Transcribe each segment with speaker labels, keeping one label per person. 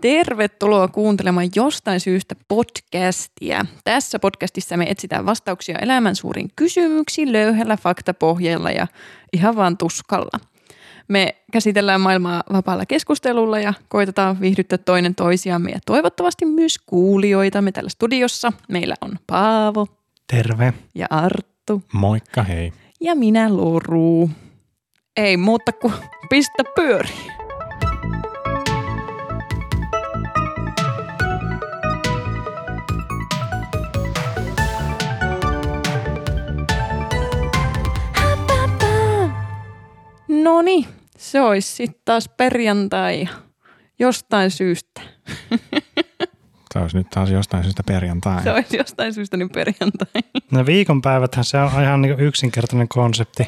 Speaker 1: Tervetuloa kuuntelemaan jostain syystä podcastia. Tässä podcastissa me etsitään vastauksia elämän suuriin kysymyksiin löyhällä faktapohjalla ja ihan vaan tuskalla. Me käsitellään maailmaa vapaalla keskustelulla ja koitetaan viihdyttää toinen toisiamme ja toivottavasti myös kuulijoitamme täällä studiossa. Meillä on Paavo
Speaker 2: Terve.
Speaker 1: ja Arttu
Speaker 2: Moikka, hei.
Speaker 1: ja minä Loru. Ei muuta kuin pistä pyöriin. No niin, se olisi sitten taas perjantai ja jostain syystä.
Speaker 2: Se olisi nyt taas jostain syystä perjantai.
Speaker 1: Se olisi jostain syystä niin perjantai.
Speaker 3: No viikonpäiväthän se on ihan niin yksinkertainen konsepti,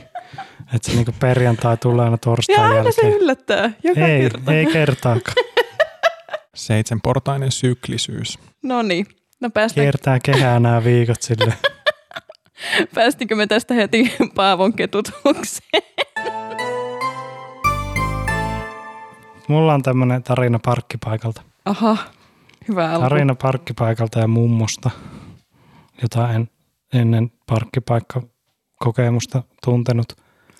Speaker 3: että se niin perjantai tulee aina
Speaker 1: Ja
Speaker 3: torstain
Speaker 1: aina se
Speaker 3: jälkeen.
Speaker 1: yllättää, joka
Speaker 3: ei,
Speaker 1: kerta.
Speaker 3: ei kertaakaan.
Speaker 2: Seitsemänportainen syklisyys.
Speaker 1: No niin, no päästä,
Speaker 3: Kiertää kehää nämä viikot sille.
Speaker 1: päästikö me tästä heti Paavon ketutukseen?
Speaker 3: Mulla on tämmöinen tarina parkkipaikalta.
Speaker 1: Aha, hyvä alku.
Speaker 3: Tarina parkkipaikalta ja mummosta, jota en ennen parkkipaikkakokemusta tuntenut.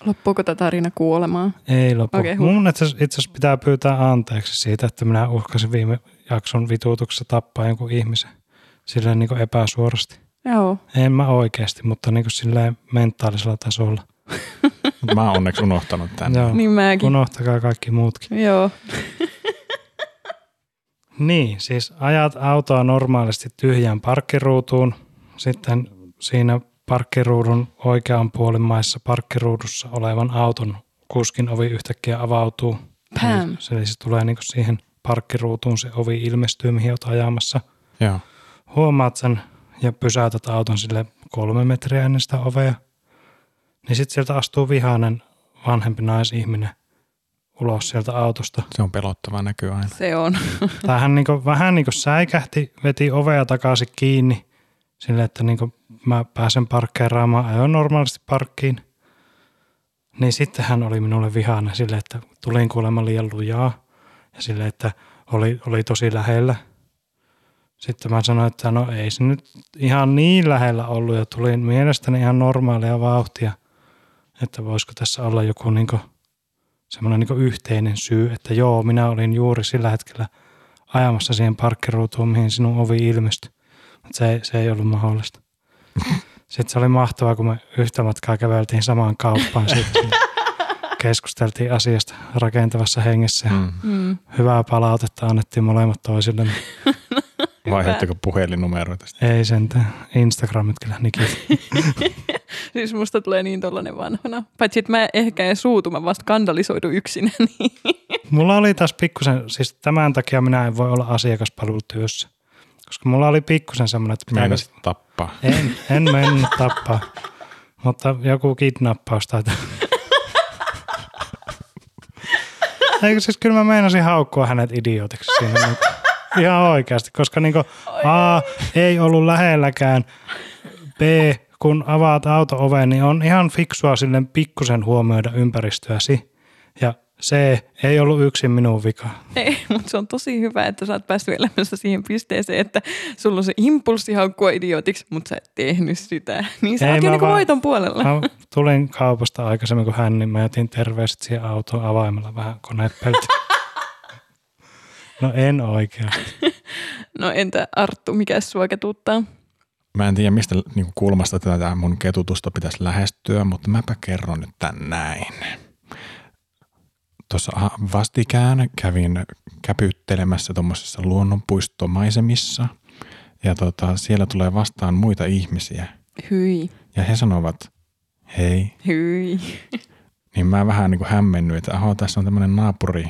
Speaker 1: Loppuuko tämä tarina kuolemaan?
Speaker 3: Ei lopu.
Speaker 1: Okei,
Speaker 3: Okay,
Speaker 1: hu-
Speaker 3: Mun itse itse asiassa pitää pyytää anteeksi siitä, että minä uhkasin viime jakson vituutuksessa tappaa jonkun ihmisen silleen niin epäsuorasti.
Speaker 1: Joo.
Speaker 3: En mä oikeasti, mutta niin kuin silleen mentaalisella tasolla.
Speaker 2: Mut Mä oon onneksi unohtanut tämän.
Speaker 3: Joo.
Speaker 1: Niin mäkin.
Speaker 3: Unohtakaa kaikki muutkin.
Speaker 1: Joo.
Speaker 3: Niin, siis ajat autoa normaalisti tyhjään parkkiruutuun, sitten siinä parkkiruudun oikean puolimmaisessa parkkiruudussa olevan auton kuskin ovi yhtäkkiä avautuu.
Speaker 1: Pam.
Speaker 3: Eli Se, eli se tulee niin siihen parkkiruutuun, se ovi ilmestyy, mihin olet ajamassa.
Speaker 2: Joo.
Speaker 3: huomaat sen ja pysäytät auton sille kolme metriä ennen sitä ovea, niin sitten sieltä astuu vihainen vanhempi naisihminen ulos sieltä autosta.
Speaker 2: Se on pelottava näky aina.
Speaker 1: Se on.
Speaker 3: Tai hän niinku, vähän niin kuin säikähti, veti ovea takaisin kiinni sille, että niinku mä pääsen parkkeeraamaan, ajoin normaalisti parkkiin. Niin sitten hän oli minulle vihainen sille, että tulin kuulemma liian lujaa ja sille, että oli, oli tosi lähellä. Sitten mä sanoin, että no ei se nyt ihan niin lähellä ollut ja tulin mielestäni ihan normaalia vauhtia, että voisiko tässä olla joku niinku semmoinen niinku yhteinen syy, että joo, minä olin juuri sillä hetkellä ajamassa siihen parkkiruutuun, mihin sinun ovi ilmestyi. Mutta se, ei- se ei ollut mahdollista. Sitten se oli mahtavaa, kun me yhtä matkaa käveltiin samaan kauppaan. Sitten keskusteltiin asiasta rakentavassa hengessä. ja
Speaker 2: Mm.
Speaker 1: Mm.
Speaker 3: Hyvää palautetta annettiin molemmat toisille.
Speaker 2: Vaihdatteko puhelinnumeroita? sitten?
Speaker 3: Ei sentään. Instagramit kyllä nikit.
Speaker 1: Siis musta tulee niin tollanen vanhana. Paitsi, että mä ehkä en suutu, mä vasta skandalisoidu yksinä. niin
Speaker 3: Mulla oli taas pikkusen, siis tämän takia minä en voi olla asiakaspalvelutyössä. Koska mulla oli pikkusen semmoinen, että pitää
Speaker 2: Meinasit tappaa.
Speaker 3: En, en mennyt tappaa. Mutta joku kidnappaus tai tä- Eikö siis kyllä mä meinasin haukkua hänet idiotiksi siinä. niinku. Ihan oikeasti, koska niinku, A, ei ollut lähelläkään. B, kun avaat auto-oven, niin on ihan fiksua silleen pikkusen huomioida ympäristöäsi. Ja C, ei ollut yksin minun vika.
Speaker 1: Ei, mutta se on tosi hyvä, että sä oot päässyt elämässä siihen pisteeseen, että sulla on se impulssi haukkua idiotiksi, mutta sä et tehnyt sitä. Niin sä
Speaker 3: Ei,
Speaker 1: oot jo
Speaker 3: mä
Speaker 1: niinku
Speaker 3: vaan-
Speaker 1: voiton puolella.
Speaker 3: Mä tulin kaupasta aikaisemmin kuin hän, niin mä jätin terveiset siihen autoon avaimella vähän konepelti. No en oikein.
Speaker 1: No entä Arttu, mikä sua ketuttaa?
Speaker 2: Mä en tiedä, mistä niinku kulmasta tätä mun ketutusta pitäisi lähestyä, mutta mäpä kerron nyt tän näin. Tuossa aha, vastikään kävin käpyttelemässä tuommoisessa luonnonpuistomaisemissa ja tota, siellä tulee vastaan muita ihmisiä
Speaker 1: Hyi,
Speaker 2: ja he sanovat hei
Speaker 1: hyi.
Speaker 2: niin mä vähän niin kuin hämmennyin, että aho, tässä on tämmöinen naapuri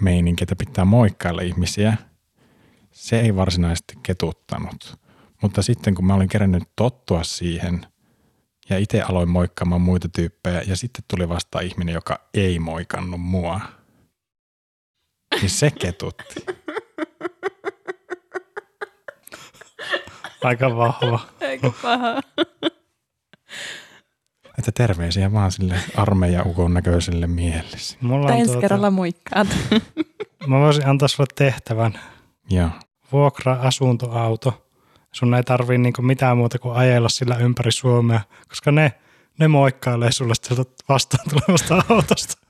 Speaker 2: meininki, että pitää moikkailla ihmisiä. Se ei varsinaisesti ketuttanut. Mutta sitten kun mä olin kerännyt tottua siihen ja itse aloin moikkaamaan muita tyyppejä ja sitten tuli vastaan ihminen, joka ei moikannut mua. Niin se ketutti.
Speaker 3: Aika vahva.
Speaker 1: Eikö paha?
Speaker 2: Että terveisiä vaan sille armeijaukon näköiselle miehelle. sinne.
Speaker 3: Mulla on
Speaker 1: Ensi
Speaker 3: tuota,
Speaker 1: kerralla moikkaat.
Speaker 3: Mä voisin antaa sulle tehtävän.
Speaker 2: Joo.
Speaker 3: Vuokra asuntoauto. Sun ei tarvii niinku mitään muuta kuin ajella sillä ympäri Suomea, koska ne, ne moikkailee sulle sieltä vastaan tulevasta autosta.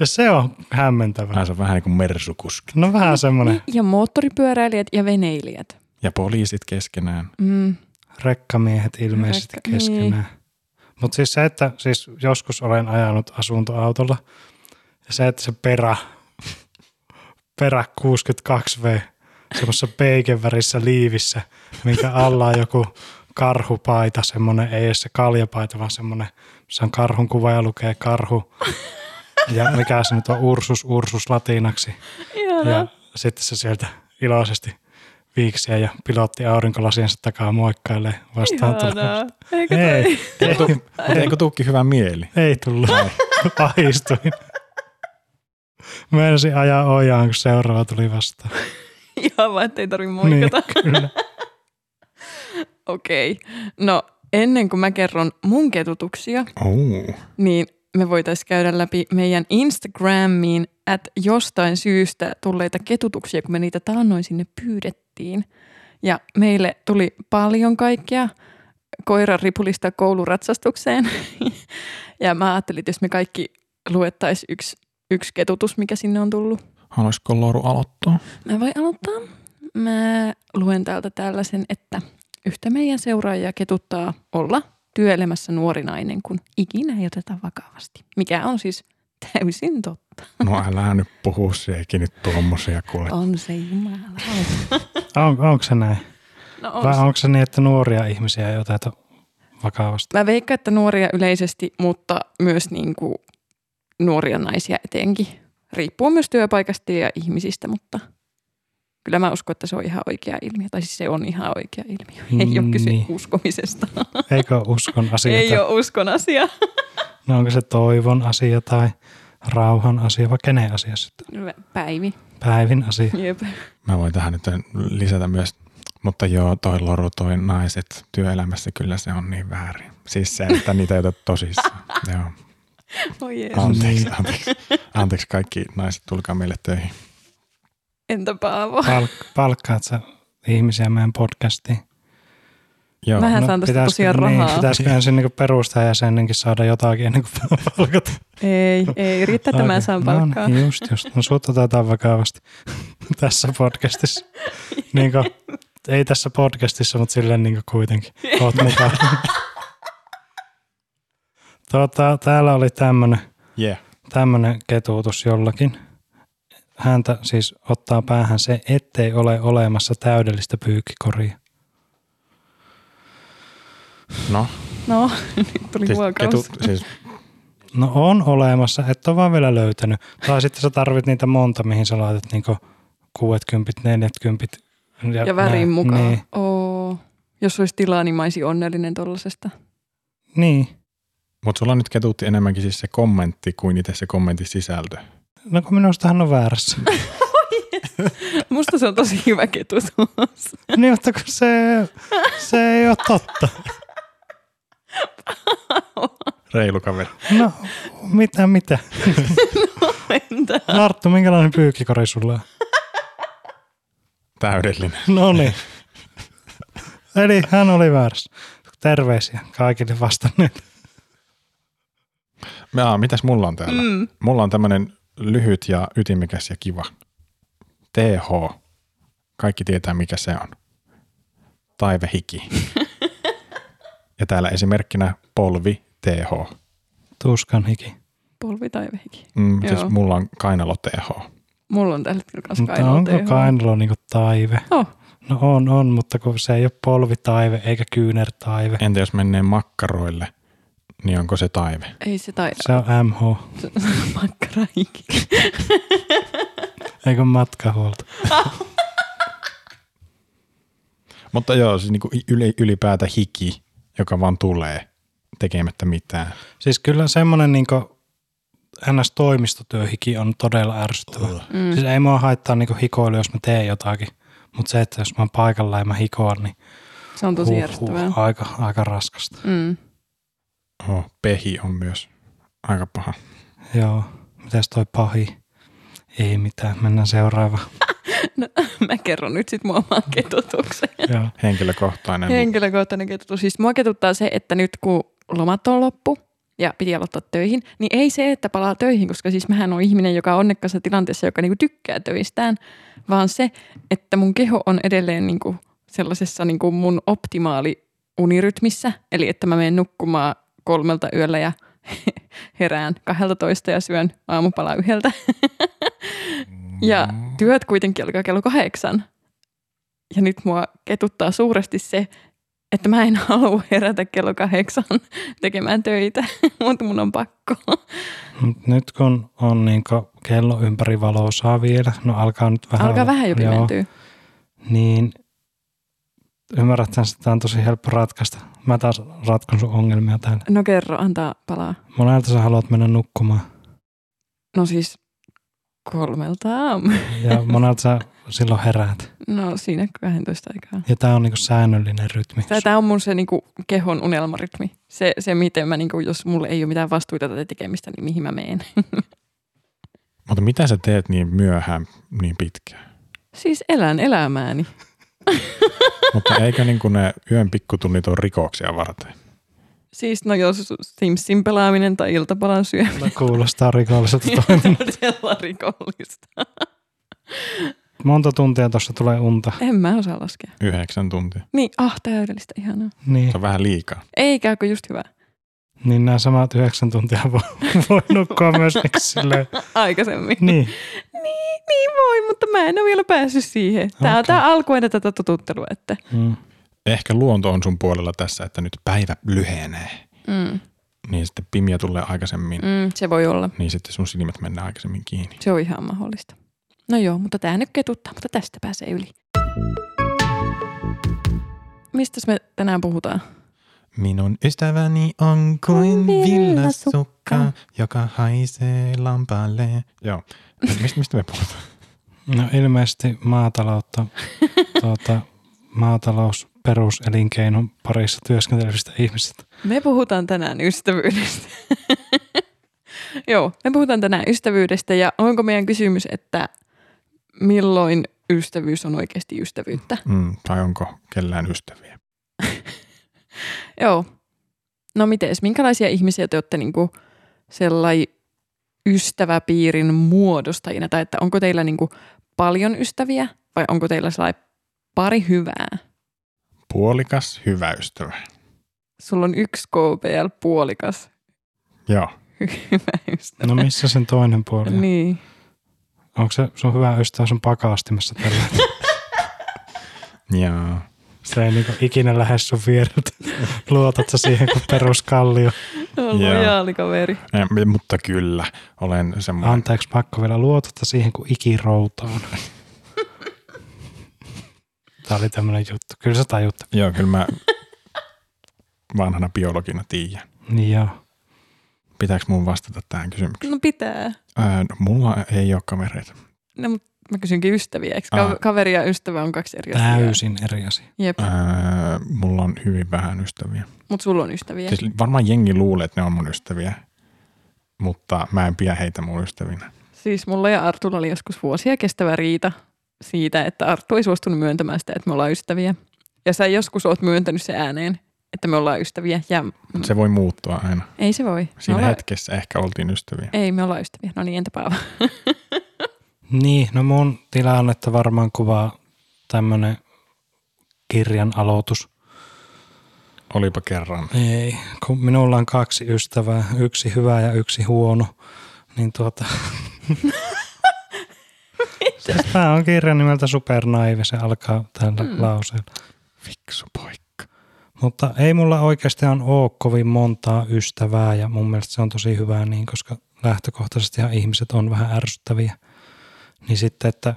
Speaker 3: Ja se on hämmentävää.
Speaker 2: Hän on vähän niin kuin mersukuski.
Speaker 3: No vähän semmoinen
Speaker 1: Ja moottoripyöräilijät ja veneilijät.
Speaker 2: Ja poliisit keskenään.
Speaker 1: Mm.
Speaker 3: rekkamiehet ilmeisesti
Speaker 1: Rekka-
Speaker 3: keskenään. Mutta siis se, että siis joskus olen ajanut asuntoautolla ja se, että se perä, perä 62V semmoisessa peikenvärissä liivissä, minkä alla on joku karhupaita, semmoinen, ei edes se kaljapaita, vaan semmoinen, missä on karhun kuva ja lukee karhu. Ja mikä se nyt on, Ursus, Ursus latinaksi. Ja
Speaker 1: Ihanaa.
Speaker 3: sitten se sieltä iloisesti viiksiä ja pilotti aurinkolasiensa takaa moikkailee vastaan tulevaa.
Speaker 1: Ihanaa. Eikö toi-
Speaker 3: Ei, ei,
Speaker 2: Mutta eikö tuukki hyvä mieli?
Speaker 3: ei tullut. Ahistuin. Meinasin ajaa ojaan, kun seuraava tuli vastaan.
Speaker 1: Ihan vaan, ettei tarvi moikata.
Speaker 3: Niin, kyllä.
Speaker 1: Okei. No ennen kuin mä kerron mun ketutuksia,
Speaker 2: Ooh.
Speaker 1: niin me voitaisiin käydä läpi meidän Instagramiin at jostain syystä tulleita ketutuksia, kun me niitä taannoin sinne pyydettiin. Ja meille tuli paljon kaikkea koiran ripulista kouluratsastukseen. ja mä ajattelin, että jos me kaikki luettaisiin yksi, yksi ketutus, mikä sinne on tullut.
Speaker 2: Haluaisiko Loru aloittaa?
Speaker 1: Mä voin aloittaa. Mä luen täältä tällaisen, että yhtä meidän seuraajia ketuttaa olla työelämässä nuori nainen, kun ikinä ei oteta vakavasti. Mikä on siis täysin totta.
Speaker 2: No älä nyt puhu siihenkin nyt tuommoisia kuule.
Speaker 1: On se jumala.
Speaker 3: On, onko se näin?
Speaker 1: No
Speaker 3: Vai
Speaker 1: on se.
Speaker 3: onko se niin, että nuoria ihmisiä ei oteta vakavasti?
Speaker 1: Mä veikkaan, että nuoria yleisesti, mutta myös niin kuin nuoria naisia etenkin. Riippuu myös työpaikasta ja ihmisistä, mutta kyllä mä uskon, että se on ihan oikea ilmiö. Tai siis se on ihan oikea ilmiö. Ei ole kyse
Speaker 3: Niin.
Speaker 1: uskomisesta.
Speaker 3: Eikö ole uskon asia?
Speaker 1: Ei
Speaker 3: tai-
Speaker 1: ole uskon asia.
Speaker 3: No onko se toivon asia tai rauhan asia vai kenen asia sitten?
Speaker 1: Päivi.
Speaker 3: Päivin asia.
Speaker 1: Jep.
Speaker 2: Mä voin tähän nyt lisätä myös, mutta joo, toi Loru, toi naiset työelämässä, kyllä se on niin väärin. Siis se, että niitä ei oteta tosissaan. joo.
Speaker 1: Oi Jeesus.
Speaker 2: Anteeksi, anteeksi. Anteeksi kaikki naiset, tulkaa meille töihin.
Speaker 1: Entä Paavo?
Speaker 3: Palk- palkkaat sä ihmisiä meidän podcastiin?
Speaker 2: Joo,
Speaker 1: Vähän saan tästä
Speaker 3: pitäisikö-
Speaker 1: tosiaan
Speaker 3: Niin,
Speaker 1: rahaa.
Speaker 3: pitäisikö ensin niin perustajajäsenenkin saada jotakin ennen kuin palkat?
Speaker 1: Ei, ei, riittää, että mä saan palkkaa.
Speaker 3: No, niin, just, just. No sut otetaan vakavasti tässä podcastissa. niin kuin, ei tässä podcastissa, mutta silleen niin kuin kuitenkin. Oot mukaan. tota, täällä oli tämmönen,
Speaker 2: Yeah.
Speaker 3: tämmönen ketuutus jollakin. Häntä siis ottaa päähän se, ettei ole olemassa täydellistä pyykkikoria.
Speaker 2: No,
Speaker 1: No, nyt tuli
Speaker 2: siis, ketu,
Speaker 1: huokaus.
Speaker 2: siis,
Speaker 3: No on olemassa, et ole vaan vielä löytänyt. Tai sitten sä tarvit niitä monta, mihin sä laitat niinku 60, 40
Speaker 1: Ja värin
Speaker 3: nää.
Speaker 1: mukaan.
Speaker 3: Niin,
Speaker 1: Oo. Jos olisi tilaa, niin mä olisin onnellinen tollasesta.
Speaker 3: niin.
Speaker 2: mutta sulla nyt ketuutti enemmänkin siis se kommentti kuin itse se kommentin sisältö.
Speaker 3: No kun minusta hän on väärässä.
Speaker 1: Musta se on tosi hyvä ketutus.
Speaker 3: niin, mutta kun se, se ei ole totta.
Speaker 2: Reilu kaveri.
Speaker 3: No, mitä, mitä?
Speaker 1: No Entä?
Speaker 3: Arttu, minkälainen pyykkikori sulla on?
Speaker 2: Täydellinen.
Speaker 3: No niin. Eli hän oli väärässä. Terveisiä kaikille vastanneille.
Speaker 2: Jaa, mitäs mulla on täällä?
Speaker 1: Mm.
Speaker 2: Mulla on tämmöinen lyhyt ja ytimikäs ja kiva. TH. Kaikki tietää, mikä se on. Taivehiki. ja täällä esimerkkinä polvi TH.
Speaker 3: Tuskan hiki.
Speaker 1: Polvi tai vehki.
Speaker 2: Mm, siis
Speaker 1: Joo.
Speaker 2: mulla on kainalo TH.
Speaker 1: Mulla on tällä hetkellä kans
Speaker 3: Mutta onko
Speaker 1: kainalteho.
Speaker 3: kainalo niinku taive?
Speaker 1: Oh,
Speaker 3: No on, on, mutta kun se ei ole polvitaive eikä kyynärtaive.
Speaker 2: Entä jos menee makkaroille, niin onko se taive?
Speaker 1: ei se taida
Speaker 3: Se on MH,
Speaker 1: makkara ikinä.
Speaker 3: eikö matkahuolto.
Speaker 2: Mutta joo, siis niinku yli, ylipäätä hiki, joka vaan tulee tekemättä mitään.
Speaker 3: Siis kyllä semmoinen niin ns. toimistotyöhiki on todella ärsyttävä.
Speaker 1: Mm.
Speaker 3: Siis ei mua haittaa niin hikoilu, jos mä teen jotakin. Mutta se, että jos mä oon paikalla ja mä hikoan, niin
Speaker 1: Se on tosi järjestävää.
Speaker 3: aika, aika raskasta.
Speaker 1: Mm.
Speaker 2: Oh, pehi on myös aika paha.
Speaker 3: Joo, mitäs toi pahi? Ei mitään, mennään seuraavaan.
Speaker 1: Mä kerron nyt sitten mua oman ketutuksen.
Speaker 3: Joo.
Speaker 2: Henkilökohtainen.
Speaker 1: Henkilökohtainen ketutus. Siis mua ketuttaa se, että nyt kun lomat on loppu ja piti aloittaa töihin, niin ei se, että palaa töihin, koska siis mähän on ihminen, joka on onnekkaassa tilanteessa, joka niinku tykkää töistään, vaan se, että mun keho on edelleen niinku sellaisessa niinku mun optimaali unirytmissä, eli että mä menen nukkumaan kolmelta yöllä ja herään 12 ja syön aamupala yhdeltä. Ja
Speaker 2: Mm.
Speaker 1: työt kuitenkin alkaa kello kahdeksan. Ja nyt mua ketuttaa suuresti se, että mä en halua herätä kello kahdeksan tekemään töitä, mutta mun on pakko.
Speaker 3: Mut Nyt kun on niin kello ympäri valosaa vielä, no alkaa nyt vähän
Speaker 1: Alkaa
Speaker 3: olla-
Speaker 1: vähän jo
Speaker 3: joo,
Speaker 1: pimentyä.
Speaker 3: Niin ymmärräthän, että tämä on tosi helppo ratkaista. Mä taas ratkon sun ongelmia täällä.
Speaker 1: No kerro, antaa palaa.
Speaker 3: Monelta sä haluat mennä nukkumaan
Speaker 1: No siis kolmelta aamu.
Speaker 3: ja monelta sä silloin heräät.
Speaker 1: No siinä 12 aikaa.
Speaker 3: Ja tämä on niin säännöllinen rytmi.
Speaker 1: Tämä on mun se niinku, kehon unelmarytmi. Se, se miten mä, niinku, jos mulla ei ole mitään vastuita tai tekemistä, niin mihin mä meen.
Speaker 2: Mutta mitä sä teet niin myöhään, niin pitkään?
Speaker 1: Siis elän elämääni.
Speaker 2: Mutta eikö niin kuin ne yön pikkutunnit ole rikoksia varten?
Speaker 1: Siis no jos Simsin pelaaminen tai iltapalan syö,
Speaker 3: Kyllä Kuulostaa rikolliselta toiminnalta.
Speaker 1: todella rikollista.
Speaker 3: Monta tuntia tuossa tulee unta.
Speaker 1: En mä osaa laskea.
Speaker 2: Yhdeksän tuntia.
Speaker 1: Niin, ah, täydellistä, ihanaa.
Speaker 3: Niin,
Speaker 2: Se on vähän liikaa.
Speaker 1: Eikä, kun just hyvä.
Speaker 3: niin nämä samat yhdeksän tuntia voi, voi nukkua myös eikö silleen?
Speaker 1: Aikaisemmin.
Speaker 3: Niin,
Speaker 1: niin, niin voi, mutta mä en ole vielä päässyt siihen. Tää on
Speaker 3: Okei.
Speaker 1: tää alku ennen tätä totuttelua, että.
Speaker 3: mm.
Speaker 2: Ehkä luonto on sun puolella tässä, että nyt päivä lyhenee.
Speaker 1: Mm,
Speaker 2: Niin sitten pimiä tulee aikaisemmin. Mm.
Speaker 1: mm, se voi olla.
Speaker 2: Niin sitten sun silmät mennään aikaisemmin kiinni.
Speaker 1: Se on ihan mahdollista. No joo, mutta tää nyt ketuttaa, mutta tästä pääsee yli. Mistäs me tänään puhutaan?
Speaker 2: Minun ystäväni on
Speaker 1: Kuin
Speaker 2: kuin
Speaker 1: villasukka.
Speaker 2: villasukka, joka haisee lampaalle. Joo. Mistä, mistä me puhutaan?
Speaker 3: No ilmeisesti maataloutta, tuota, maatalous peruselinkeinon parissa työskentelevistä ihmisistä.
Speaker 1: Me puhutaan tänään ystävyydestä. Joo, me puhutaan tänään ystävyydestä ja onko meidän kysymys, että milloin ystävyys on oikeasti ystävyyttä?
Speaker 2: Mm, tai onko kellään ystäviä?
Speaker 1: Joo. No mites, minkälaisia ihmisiä te olette niinku sellai ystäväpiirin muodostajina? Tai että onko teillä niinku paljon ystäviä vai onko teillä sellai pari hyvää?
Speaker 2: Puolikas, hyvä ystävä.
Speaker 1: Sulla on yksi KPL-puolikas
Speaker 2: Joo.
Speaker 1: hyvä ystävä.
Speaker 3: No missä sen toinen puoli on? Niin.
Speaker 1: Niin.
Speaker 3: Onko se sun hyvä ystävä sun pakastimessa tällä?
Speaker 2: Joo.
Speaker 3: Se ei niinku ikinä lähde sun viereltä. Luotat sä siihen kuin peruskallio.
Speaker 1: On
Speaker 2: Joo.
Speaker 1: lojaali kaveri.
Speaker 2: Eh, mutta kyllä, olen semmoinen.
Speaker 3: Anteeksi, pakko vielä luotata siihen kuin ikiroutaan. Tämä oli tämmöinen juttu. Kyllä sä tajutte.
Speaker 2: Joo, kyllä mä vanhana biologina tiedän.
Speaker 3: Niin joo.
Speaker 2: Pitääkö mun vastata tähän kysymykseen?
Speaker 1: No pitää.
Speaker 2: Ää, no, mulla ei ole kavereita.
Speaker 1: No, mut mä kysynkin ystäviä. Eikö
Speaker 2: Aa.
Speaker 1: ka- kaveri ja ystävä on kaksi eri asiaa?
Speaker 3: Täysin eri asia.
Speaker 1: Jep,
Speaker 2: Ää, mulla on hyvin vähän ystäviä.
Speaker 1: mutta sulla on ystäviä.
Speaker 2: Siis varmaan jengi luulee, että ne on mun ystäviä, mutta mä en pidä heitä mun ystävinä.
Speaker 1: Siis mulla ja Artulla oli joskus vuosia kestävä riita siitä, että Arttu ei suostunut myöntämään sitä, että me ollaan ystäviä. Ja sä joskus oot myöntänyt se ääneen, että me ollaan ystäviä. Ja
Speaker 2: Mut se voi muuttua aina.
Speaker 1: ei se voi. Me
Speaker 2: Siinä
Speaker 1: ollaan...
Speaker 2: hetkessä ehkä oltiin ystäviä.
Speaker 1: Ei, me ollaan ystäviä. No niin, entä Paavo?
Speaker 3: Niin, no mun tilannetta varmaan kuvaa tämmönen kirjan aloitus.
Speaker 2: Olipa kerran.
Speaker 3: Ei, kun minulla on kaksi ystävää, yksi hyvä ja yksi huono, niin tuota... Siis Tämä on kirja nimeltä Supernaivi, se alkaa tällä mm. lauseella.
Speaker 2: Fiksu poikka.
Speaker 3: Mutta ei mulla oikeastaan ole kovin montaa ystävää ja mun mielestä se on tosi hyvää niin, koska lähtökohtaisesti ihmiset on vähän ärsyttäviä. Niin sitten, että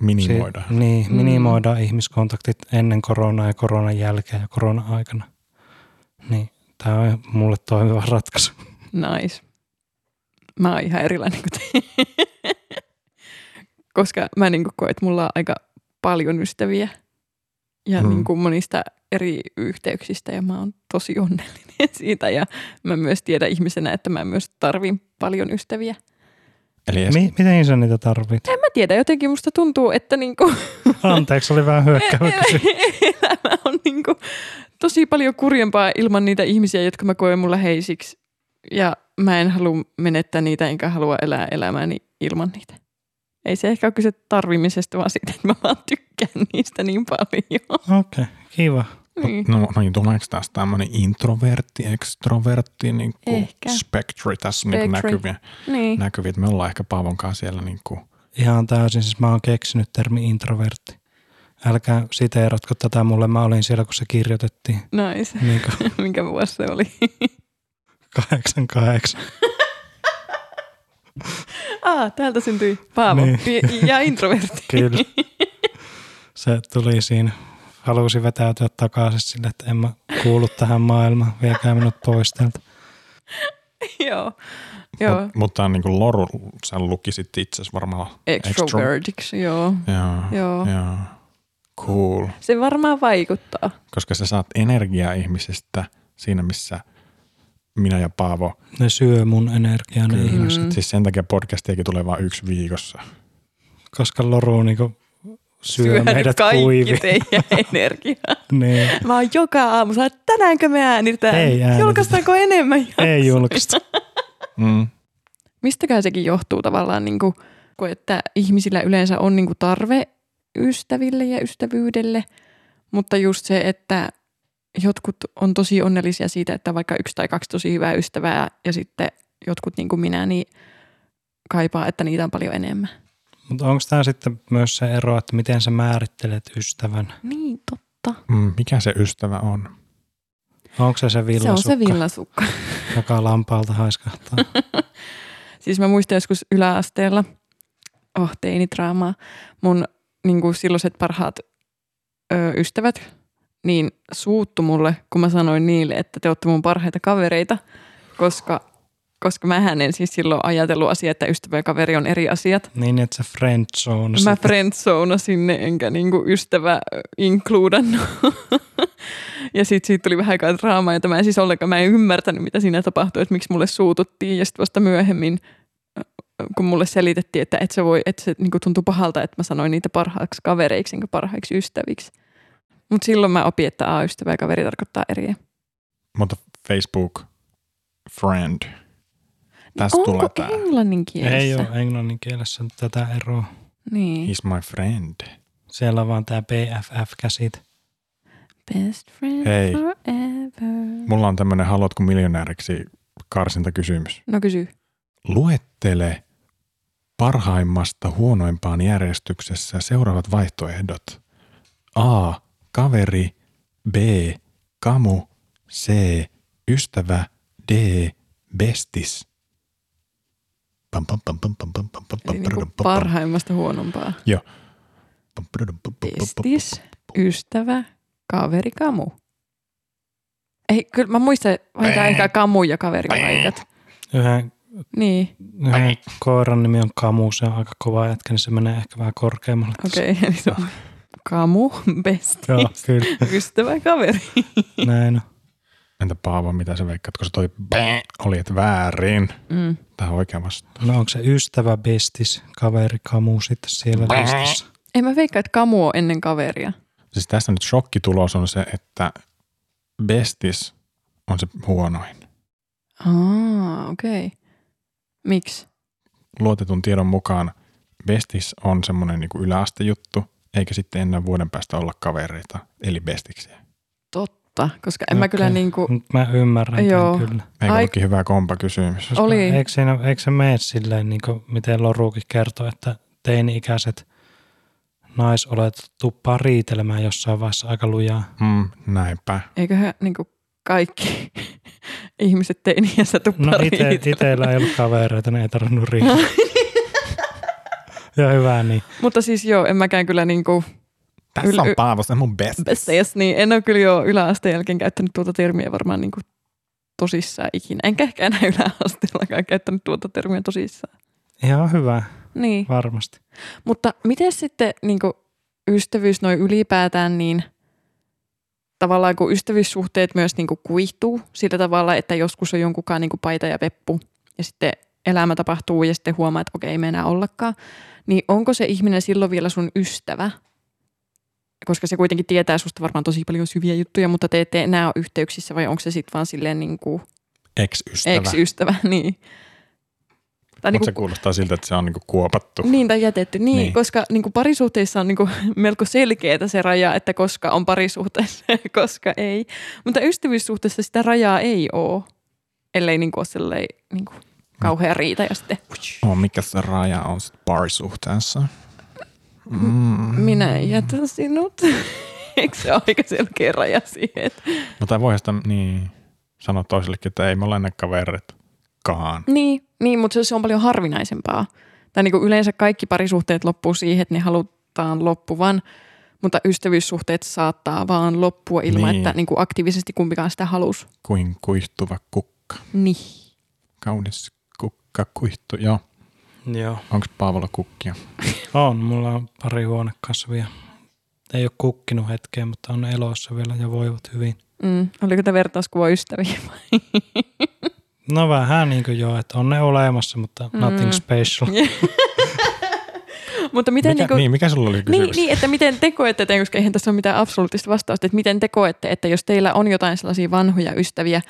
Speaker 2: Minimoidaan.
Speaker 3: Si- niin,
Speaker 1: Mm.
Speaker 3: minimoidaan mm. ihmiskontaktit ennen koronaa ja koronan jälkeen ja korona-aikana. Niin tämä on mulle toimiva ratkaisu.
Speaker 1: Nice. Mä oon ihan erilainen kuin te. Koska mä niin koen, että mulla on aika paljon ystäviä ja
Speaker 2: Mm.
Speaker 1: mm. niin monista eri yhteyksistä ja mä oon tosi onnellinen siitä. Ja mä myös tiedän ihmisenä, että mä myös tarvin paljon ystäviä.
Speaker 2: Eli es-
Speaker 3: Mi- miten sä niitä tarvit?
Speaker 1: En mä tiedä, jotenkin musta tuntuu, että niinku
Speaker 3: Anteeksi, oli vähän hyökkäävä kysymys.
Speaker 1: elämä on niinku tosi paljon kurjempaa ilman niitä ihmisiä, jotka mä koen mun läheisiksi. Ja mä en halua menettää niitä, enkä halua elää elämääni ilman niitä. Ei se ehkä ole kyse tarvimisesta, vaan siitä, että mä vaan tykkään niistä niin paljon.
Speaker 3: Okei, okay, kiva.
Speaker 1: Niin.
Speaker 2: No, no niin, tuleeko taas tämmöinen introvertti, ekstrovertti niin kuin
Speaker 1: Ehkä.
Speaker 2: spektri tässä niin
Speaker 1: Spektri.
Speaker 2: näkyviä,
Speaker 1: niin.
Speaker 2: näkyviä, että me ollaan ehkä Paavon kanssa siellä niin kuin,
Speaker 3: Ihan täysin, siis mä oon keksinyt termi introvertti. Älkää siteeratko tätä mulle, mä olin siellä kun se kirjoitettiin.
Speaker 1: Nice.
Speaker 3: Niin kuin
Speaker 1: Minkä vuosi se oli?
Speaker 3: 88.
Speaker 1: Ah, täältä syntyi Paavo
Speaker 3: Niin.
Speaker 1: niin. ja introvertti.
Speaker 3: Kyllä. Se tuli siinä. Halusin vetäytyä takaisin sille, että en mä kuulu tähän maailmaan. Viekää minut pois täältä.
Speaker 1: Joo. Joo.
Speaker 2: Mut, mutta niin kuin Loru, sä lukisit itse asiassa varmaan.
Speaker 1: Extrovertiksi, joo.
Speaker 2: Joo,
Speaker 1: joo.
Speaker 2: joo. Cool.
Speaker 1: Se varmaan vaikuttaa.
Speaker 2: Koska sä saat energiaa ihmisestä siinä, missä minä ja Paavo.
Speaker 3: Ne syö mun energiaa ne
Speaker 2: Kyllä.
Speaker 3: ihmiset.
Speaker 1: Mm.
Speaker 2: Siis sen takia podcastiakin tulee vain yksi viikossa.
Speaker 3: Koska loru niinku syö
Speaker 1: syönyt
Speaker 3: meidät
Speaker 1: kaikki
Speaker 3: kuivi.
Speaker 1: teidän energiaa.
Speaker 3: Niin.
Speaker 1: Mä oon joka aamu, sä oot, tänäänkö me äänitään?
Speaker 3: Ei äänitetä.
Speaker 1: Julkaistaanko enemmän? jaksoja?
Speaker 3: Ei julkista.
Speaker 2: Mm.
Speaker 1: Mistäkään sekin johtuu tavallaan, niin kuin, että ihmisillä yleensä on niin kuin tarve ystäville ja ystävyydelle, mutta just se, että jotkut on tosi onnellisia siitä, että vaikka yksi tai kaksi tosi hyvää ystävää ja sitten jotkut niin kuin minä, niin kaipaa, että niitä on paljon enemmän.
Speaker 3: Mutta onko tämä sitten myös se ero, että miten sä määrittelet ystävän?
Speaker 1: Niin, totta.
Speaker 2: Mm. Mikä se ystävä on?
Speaker 3: Onko se se
Speaker 1: Se on
Speaker 3: villasukka,
Speaker 1: se villasukka.
Speaker 3: joka lampaalta haiskahtaa?
Speaker 1: Siis mä muistan joskus yläasteella, oh teinidraamaa, mun niin kuin silloiset parhaat ö, ystävät, niin suuttu mulle, kun mä sanoin niille, että te olette mun parhaita kavereita, koska, koska mä en siis silloin ajatellut asiaa, että ystävä ja kaveri on eri asiat.
Speaker 3: niin, että se friendzone.
Speaker 1: Mä
Speaker 3: sitten.
Speaker 1: friendzona sinne, enkä niinku ystävä inkluudannut. ja sitten siitä tuli vähän aikaa draamaa, jota mä en siis ollenkaan, mä en ymmärtänyt, mitä siinä tapahtui, että miksi mulle suututtiin. Ja sitten vasta myöhemmin, äh, kun mulle selitettiin, että et se, voi, et se niinku tuntuu pahalta, että mä sanoin niitä parhaaksi kavereiksi, enkä parhaiksi ystäviksi. Mutta silloin mä opin, että a, ystävä ja kaveri tarkoittaa eriä.
Speaker 2: Mutta Facebook friend. Tästä
Speaker 1: Onko
Speaker 2: tulee tämä.
Speaker 1: englannin kielessä?
Speaker 3: Ei ole englannin kielessä tätä eroa.
Speaker 1: Niin.
Speaker 2: He's my friend.
Speaker 3: Siellä on vaan tämä BFF-käsite.
Speaker 1: Best friend
Speaker 2: Hei.
Speaker 1: forever.
Speaker 2: Mulla on tämmöinen haluatko miljonääriksi karsintakysymys.
Speaker 1: No kysy.
Speaker 2: Luettele parhaimmasta huonoimpaan järjestyksessä seuraavat vaihtoehdot. A. Kaveri. B. Kamu. C. Ystävä. D. Bestis. Pam, pam, pam, pam, pam, pam, pam, pam,
Speaker 1: Eli
Speaker 2: pam,
Speaker 1: niinku
Speaker 2: pam, pam, pam,
Speaker 1: parhaimmasta huonompaa.
Speaker 2: pam, pam, pam, pam,
Speaker 1: Pestis, ystävä, kaveri, kamu. Ei, kyllä mä muistan vaihtaa ehkä kamu ja kaveri paikat.
Speaker 3: Yhden,
Speaker 1: Niin,
Speaker 3: yhden koiran nimi on Kamu, se on aika kova jätkä, niin se menee ehkä vähän korkeammalle. tässä.
Speaker 1: okei. Okay, eli se on kamu, bestis,
Speaker 3: Joo, kyllä.
Speaker 1: ystävä, kaveri.
Speaker 3: Näin. on.
Speaker 2: Entä Paavo, mitä sä veikkaat, kun se toi bää oli, että väärin.
Speaker 1: Mm.
Speaker 2: Tähän oikein vasta.
Speaker 3: No onko se ystävä, bestis, kaveri, kamu sitten siellä listassa?
Speaker 1: Ei mä veikkaa, että kamu on ennen kaveria.
Speaker 2: Siis tässä nyt shokkitulos on se, että bestis on se huonoin.
Speaker 1: Aa, okei. Okay. Miksi?
Speaker 2: Luotetun tiedon mukaan bestis on semmoinen niin yläastejuttu, eikä sitten enää vuoden päästä olla kavereita, eli bestiksiä.
Speaker 1: Totta, koska en okay. mä kyllä
Speaker 3: Okei.
Speaker 1: niinku,
Speaker 3: Nyt mä ymmärrän
Speaker 1: Joo.
Speaker 3: Joo. kyllä.
Speaker 2: Eikä
Speaker 1: Ai-
Speaker 2: ollutkin hyvä kompakysymys.
Speaker 3: Koska
Speaker 1: Oli.
Speaker 3: Eikö, siinä, eikö se mene silleen, niin kuin miten Lorukin kertoi, että teini-ikäiset naisolet tuppaa riitelemään jossain vaiheessa aika lujaa.
Speaker 2: Mm, näinpä.
Speaker 1: eiköhän niinku kaikki ihmiset teiniässä tuppaa
Speaker 3: No ite, iteillä ei ollut kavereita, ne ei tarvinnut riitellä. ja hyvä niin.
Speaker 1: Mutta siis joo, en mäkään kyllä niinku, Yl-
Speaker 2: Tässä on
Speaker 1: y-
Speaker 2: Paavo, se on mun bestis.
Speaker 1: Besties, niin en ole kyllä jo yläasteen jälkeen käyttänyt tuota termiä varmaan niin kuin tosissaan ikinä. Enkä ehkä enää yläasteellakaan käyttänyt tuota termiä tosissaan.
Speaker 3: Ihan hyvä,
Speaker 1: Niin.
Speaker 3: varmasti.
Speaker 1: Mutta miten sitten niin kuin ystävyys noin ylipäätään, niin tavallaan kun niinku, ystävyyssuhteet myös niin kuin kuihtuu sillä tavalla, että joskus on jonkunkaan niin kuin paita ja peppu ja sitten elämä tapahtuu ja sitten huomaa, että okei, me ei enää ollakaan, niin onko se ihminen silloin vielä sun ystävä? Koska se kuitenkin tietää susta varmaan tosi paljon syviä juttuja, mutta te ette enää ole yhteyksissä vai onko se sitten vaan silleen niin kuin
Speaker 2: Ex-ystävä.
Speaker 1: ex-ystävä? Niin. Tai
Speaker 2: Mutta se
Speaker 1: niin, kuin,
Speaker 2: kuulostaa siltä, että se on niinku kuopattu.
Speaker 1: niin tai jätetty. Niin,
Speaker 2: Niin.
Speaker 1: niin. koska niin kuin parisuhteissa on niin kuin melko selkeää se raja, että koska on parisuhteessa ja koska ei. Mutta ystävyyssuhteessa sitä rajaa ei ole, ellei niin kuin ole sellainen niin kuin kauhea riita ja sitten
Speaker 2: Oh, mikä se raja on sitten parisuhteessa? Mm.
Speaker 1: Minä jätän sinut. Eikö se ole aika selkeä raja siihen? että-
Speaker 2: Mutta No, voihan sitä niin, sanoa toisellekin, että ei me ole ne kaveritkaan.
Speaker 1: Niin, niin mutta se- se on paljon harvinaisempaa. Tai niin kuin yleensä kaikki parisuhteet loppuu siihen, että ne halutaan loppuvan, mutta ystävyyssuhteet saattaa vaan loppua ilman,
Speaker 2: Niin.
Speaker 1: niin. että niin kuin aktiivisesti kumpikaan sitä halusi.
Speaker 2: Kuin kuihtuva kukka.
Speaker 1: Niin.
Speaker 2: Kaunis kukka kuihtu. Joo,
Speaker 3: Joo.
Speaker 2: onko Paavolla kukkia?
Speaker 3: On, mulla on pari huonekasvia. Ei ole kukkinut hetkeen, mutta on elossa vielä ja voivat hyvin.
Speaker 1: Mm. Oliko tämä vertauskuva ystäviä?
Speaker 3: No vähän niin kuin joo, että on ne olemassa, mutta mm. nothing special.
Speaker 1: mutta miten
Speaker 2: Mikä, niin,
Speaker 1: niin
Speaker 2: niin, mikä sulla oli
Speaker 1: Niin,
Speaker 2: kysymys?
Speaker 1: niin, että miten te koette, että, koska eihän tässä ole mitään absoluuttista vastausta, että miten te koette, että jos teillä on jotain sellaisia vanhoja ystäviä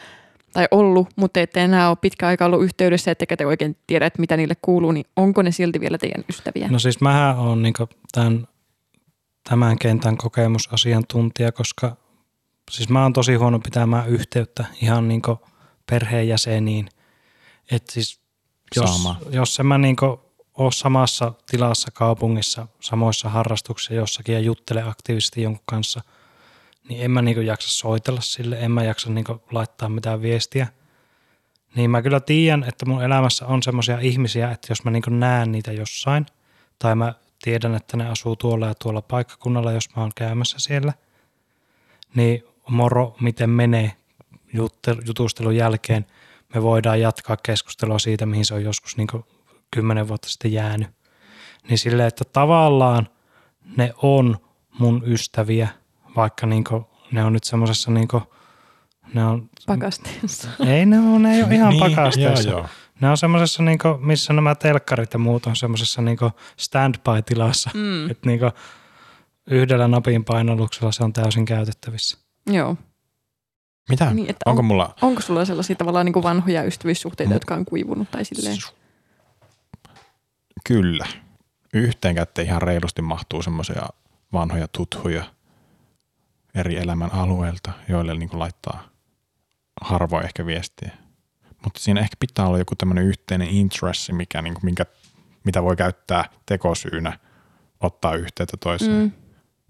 Speaker 1: tai ollut, mutta te ette enää ole pitkä aika ollut yhteydessä, ettekä te oikein tiedä, että mitä niille kuuluu, niin onko ne silti vielä teidän ystäviä?
Speaker 3: No siis mähän on niin tämän, tämän kentän kokemusasiantuntija, koska siis mä oon tosi huono pitämään yhteyttä ihan niin perheenjäseniin. Et siis jos,
Speaker 2: Sama.
Speaker 3: jos en mä niin ole samassa tilassa kaupungissa, samoissa harrastuksissa jossakin ja juttele aktiivisesti jonkun kanssa, niin en mä niin jaksa soitella sille, en mä jaksa niin laittaa mitään viestiä. Niin mä kyllä tiedän, että mun elämässä on semmoisia ihmisiä, että jos mä niin näen niitä jossain, tai mä tiedän, että ne asuu tuolla ja tuolla paikkakunnalla, jos mä oon käymässä siellä, niin moro, miten menee jutte- jutustelun jälkeen. Me voidaan jatkaa keskustelua siitä, mihin se on joskus niin kymmenen vuotta sitten jäänyt. Niin silleen, että tavallaan ne on mun ystäviä, vaikka niin ne on nyt semmoisessa, niin ne on,
Speaker 1: Pakasteensa.
Speaker 3: ei ne, on, ne ei ole ihan niin, pakasteessa.
Speaker 2: Joo, joo.
Speaker 3: Ne on semmoisessa, niin missä nämä telkkarit ja muut on semmoisessa niin standby-tilassa. Mm. Että niin yhdellä napin painalluksella se on täysin käytettävissä.
Speaker 1: Joo.
Speaker 2: Mitä? Niin,
Speaker 1: Niin, että
Speaker 2: Onko
Speaker 1: on,
Speaker 2: mulla
Speaker 1: onko sulla sellaisia tavallaan niin kuin vanhoja ystävyyssuhteita,
Speaker 2: Mm.
Speaker 1: jotka on kuivunut tai silleen?
Speaker 2: Kyllä. Yhteen käteen ihan reilusti mahtuu semmoisia vanhoja tuttuja eri elämän alueelta, joille niin laittaa harvoin ehkä viestiä. Mutta siinä ehkä pitää olla joku tämmöinen yhteinen intressi, mikä, niin kuin, minkä, mitä voi käyttää tekosyynä ottaa yhteyttä toiseen. Mm.
Speaker 1: Mm.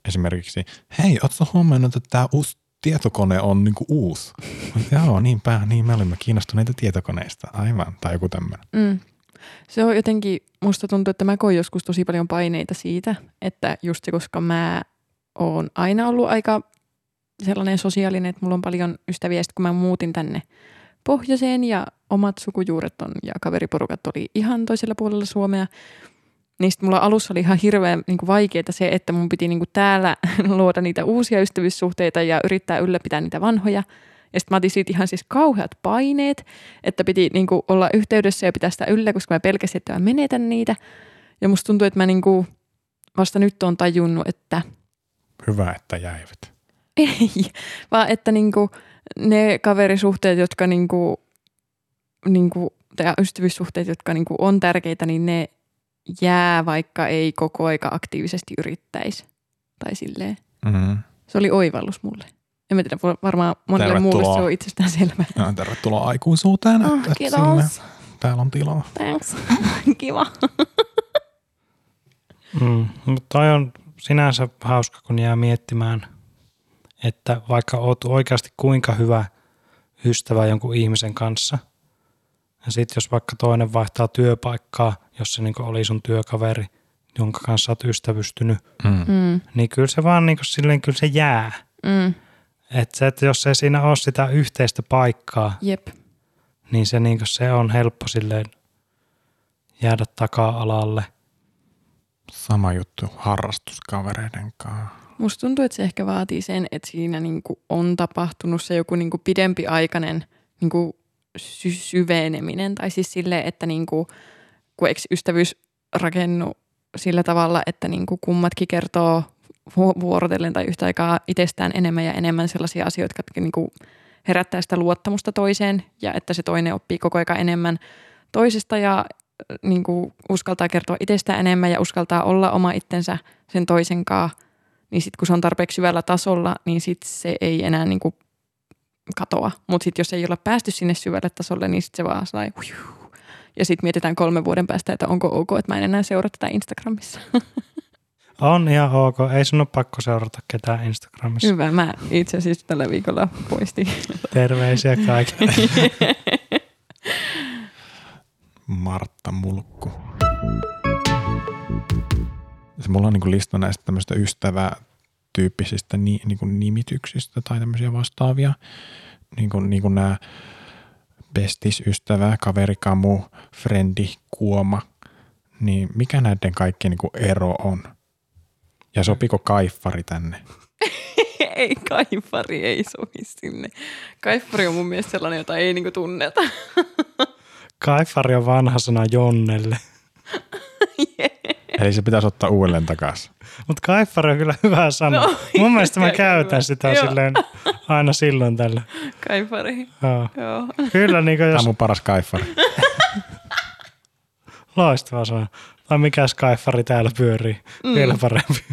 Speaker 2: Esimerkiksi, hei, ootko huomannut, että tämä uusi tietokone on niin kuin uusi? Joo, niinpä, niin me olimme kiinnostuneita tietokoneista, aivan, tai joku tämmöinen.
Speaker 1: Mm. Se on jotenkin, musta tuntuu, että mä koin joskus tosi paljon paineita siitä, että just se, koska mä oon aina ollut aika sellainen sosiaalinen, että mulla on paljon ystäviä, Ja sit kun mä muutin tänne pohjoiseen ja omat sukujuuret on ja kaveriporukat oli ihan toisella puolella Suomea, niin sit mulla alussa oli ihan hirveän niin vaikeaa se, että mun piti niin täällä luoda niitä uusia ystävyyssuhteita ja yrittää ylläpitää niitä vanhoja. Ja sitten mä otin siitä ihan siis kauheat paineet, että piti niin kuin, olla yhteydessä ja pitää sitä yllä, koska mä pelkäsin, että mä menetän niitä. Ja musta tuntuu, että mä niin kuin, vasta nyt on tajunnut, että
Speaker 2: Hyvä, että jäivät.
Speaker 1: ei, vaan että niin kuin, ne kaverisuhteet, jotka niin kuin, niin kuin, tai ystävyyssuhteet, jotka niin kuin, on tärkeitä, niin ne jää, vaikka ei koko aika aktiivisesti yrittäisi. Tai silleen.
Speaker 2: Mm-hmm.
Speaker 1: Se oli oivallus mulle. En mä tiedä, voi- varmaan monelle
Speaker 2: Tervetuloa.
Speaker 1: muulle se on itsestään selvää.
Speaker 2: No, tervetuloa aikuisuuteen.
Speaker 1: Oh,
Speaker 2: Et- et sinne.
Speaker 1: kiitos.
Speaker 2: Täällä on tilaa.
Speaker 1: Thanks. Kiva.
Speaker 3: Mm. Mutta toi on sinänsä hauska, kun jää miettimään, että vaikka oot oikeasti kuinka hyvä ystävä jonkun ihmisen kanssa, ja sitten jos vaikka toinen vaihtaa työpaikkaa, jos se niin oli sun työkaveri, jonka kanssa oot ystävystynyt,
Speaker 2: Mm.
Speaker 1: Mm,
Speaker 3: niin kyllä se vaan niin silleen, kyllä se jää.
Speaker 1: mm,
Speaker 3: Et se, että jos ei siinä ole sitä yhteistä paikkaa,
Speaker 1: jep.
Speaker 3: niin se, niin se on helppo silleen jäädä taka-alalle.
Speaker 2: Sama juttu harrastuskavereiden kanssa.
Speaker 1: Musta tuntuu, että se ehkä vaatii sen, että siinä niinku on tapahtunut se joku niinku pidempiaikainen niinku sy- syveneminen tai siis sille, että niinku, kun eikö ystävyys rakennu sillä tavalla, että niinku kummatkin kertoo vu- vuorotellen tai yhtä aikaa itsestään enemmän ja enemmän sellaisia asioita, jotka niinku herättää sitä luottamusta toiseen ja että se toinen oppii koko ajan enemmän toisesta ja äh, niinku uskaltaa kertoa itsestään enemmän ja uskaltaa olla oma itsensä sen toisen kanssa, niin sitten kun se on tarpeeksi hyvällä tasolla, niin sitten se ei enää niinku katoa. Mutta sitten jos ei olla päästy sinne syvälle tasolle, niin sitten se vaan sai ja sitten mietitään kolmen vuoden päästä, että onko ok, että mä en enää seuraa tätä Instagramissa.
Speaker 3: On ihan ok. Ei sun ole pakko seurata ketään Instagramissa.
Speaker 1: Hyvä, mä itse asiassa tällä viikolla poistin.
Speaker 3: Terveisiä kaikille.
Speaker 2: Martta Mulkku. Se mulla on niin lista näistä tämmöistä ystävätyyppisistä ni, niin kuin nimityksistä tai tämmöisiä vastaavia. Niin kuin, niin kuin nämä bestis, ystävä, kaveri, kamu, frendi, kuoma. Niin mikä näiden kaikkien niin kuin ero on? Ja sopiko kaiffari tänne?
Speaker 1: ei, kaifari ei sovi sinne. Kaifari on mun mielestä sellainen, jota ei niinku tunneta.
Speaker 3: Kaifari on vanha sana Jonnelle.
Speaker 2: Eli se pitäisi ottaa uudelleen takaisin.
Speaker 3: Mutta kaifari on kyllä hyvä sana.
Speaker 1: No,
Speaker 3: Mun mielestä mä
Speaker 1: ihan
Speaker 3: käytän
Speaker 1: kyllä.
Speaker 3: sitä
Speaker 1: Joo.
Speaker 3: silleen aina silloin tällä.
Speaker 1: Kaifari,
Speaker 3: Joo.
Speaker 1: joo.
Speaker 3: Kyllä, niin
Speaker 2: Tämä
Speaker 3: jos
Speaker 2: on mun paras kaiffari.
Speaker 3: loistava sana. Tai mikä kaifari täällä pyörii. Mm. Vielä parempi.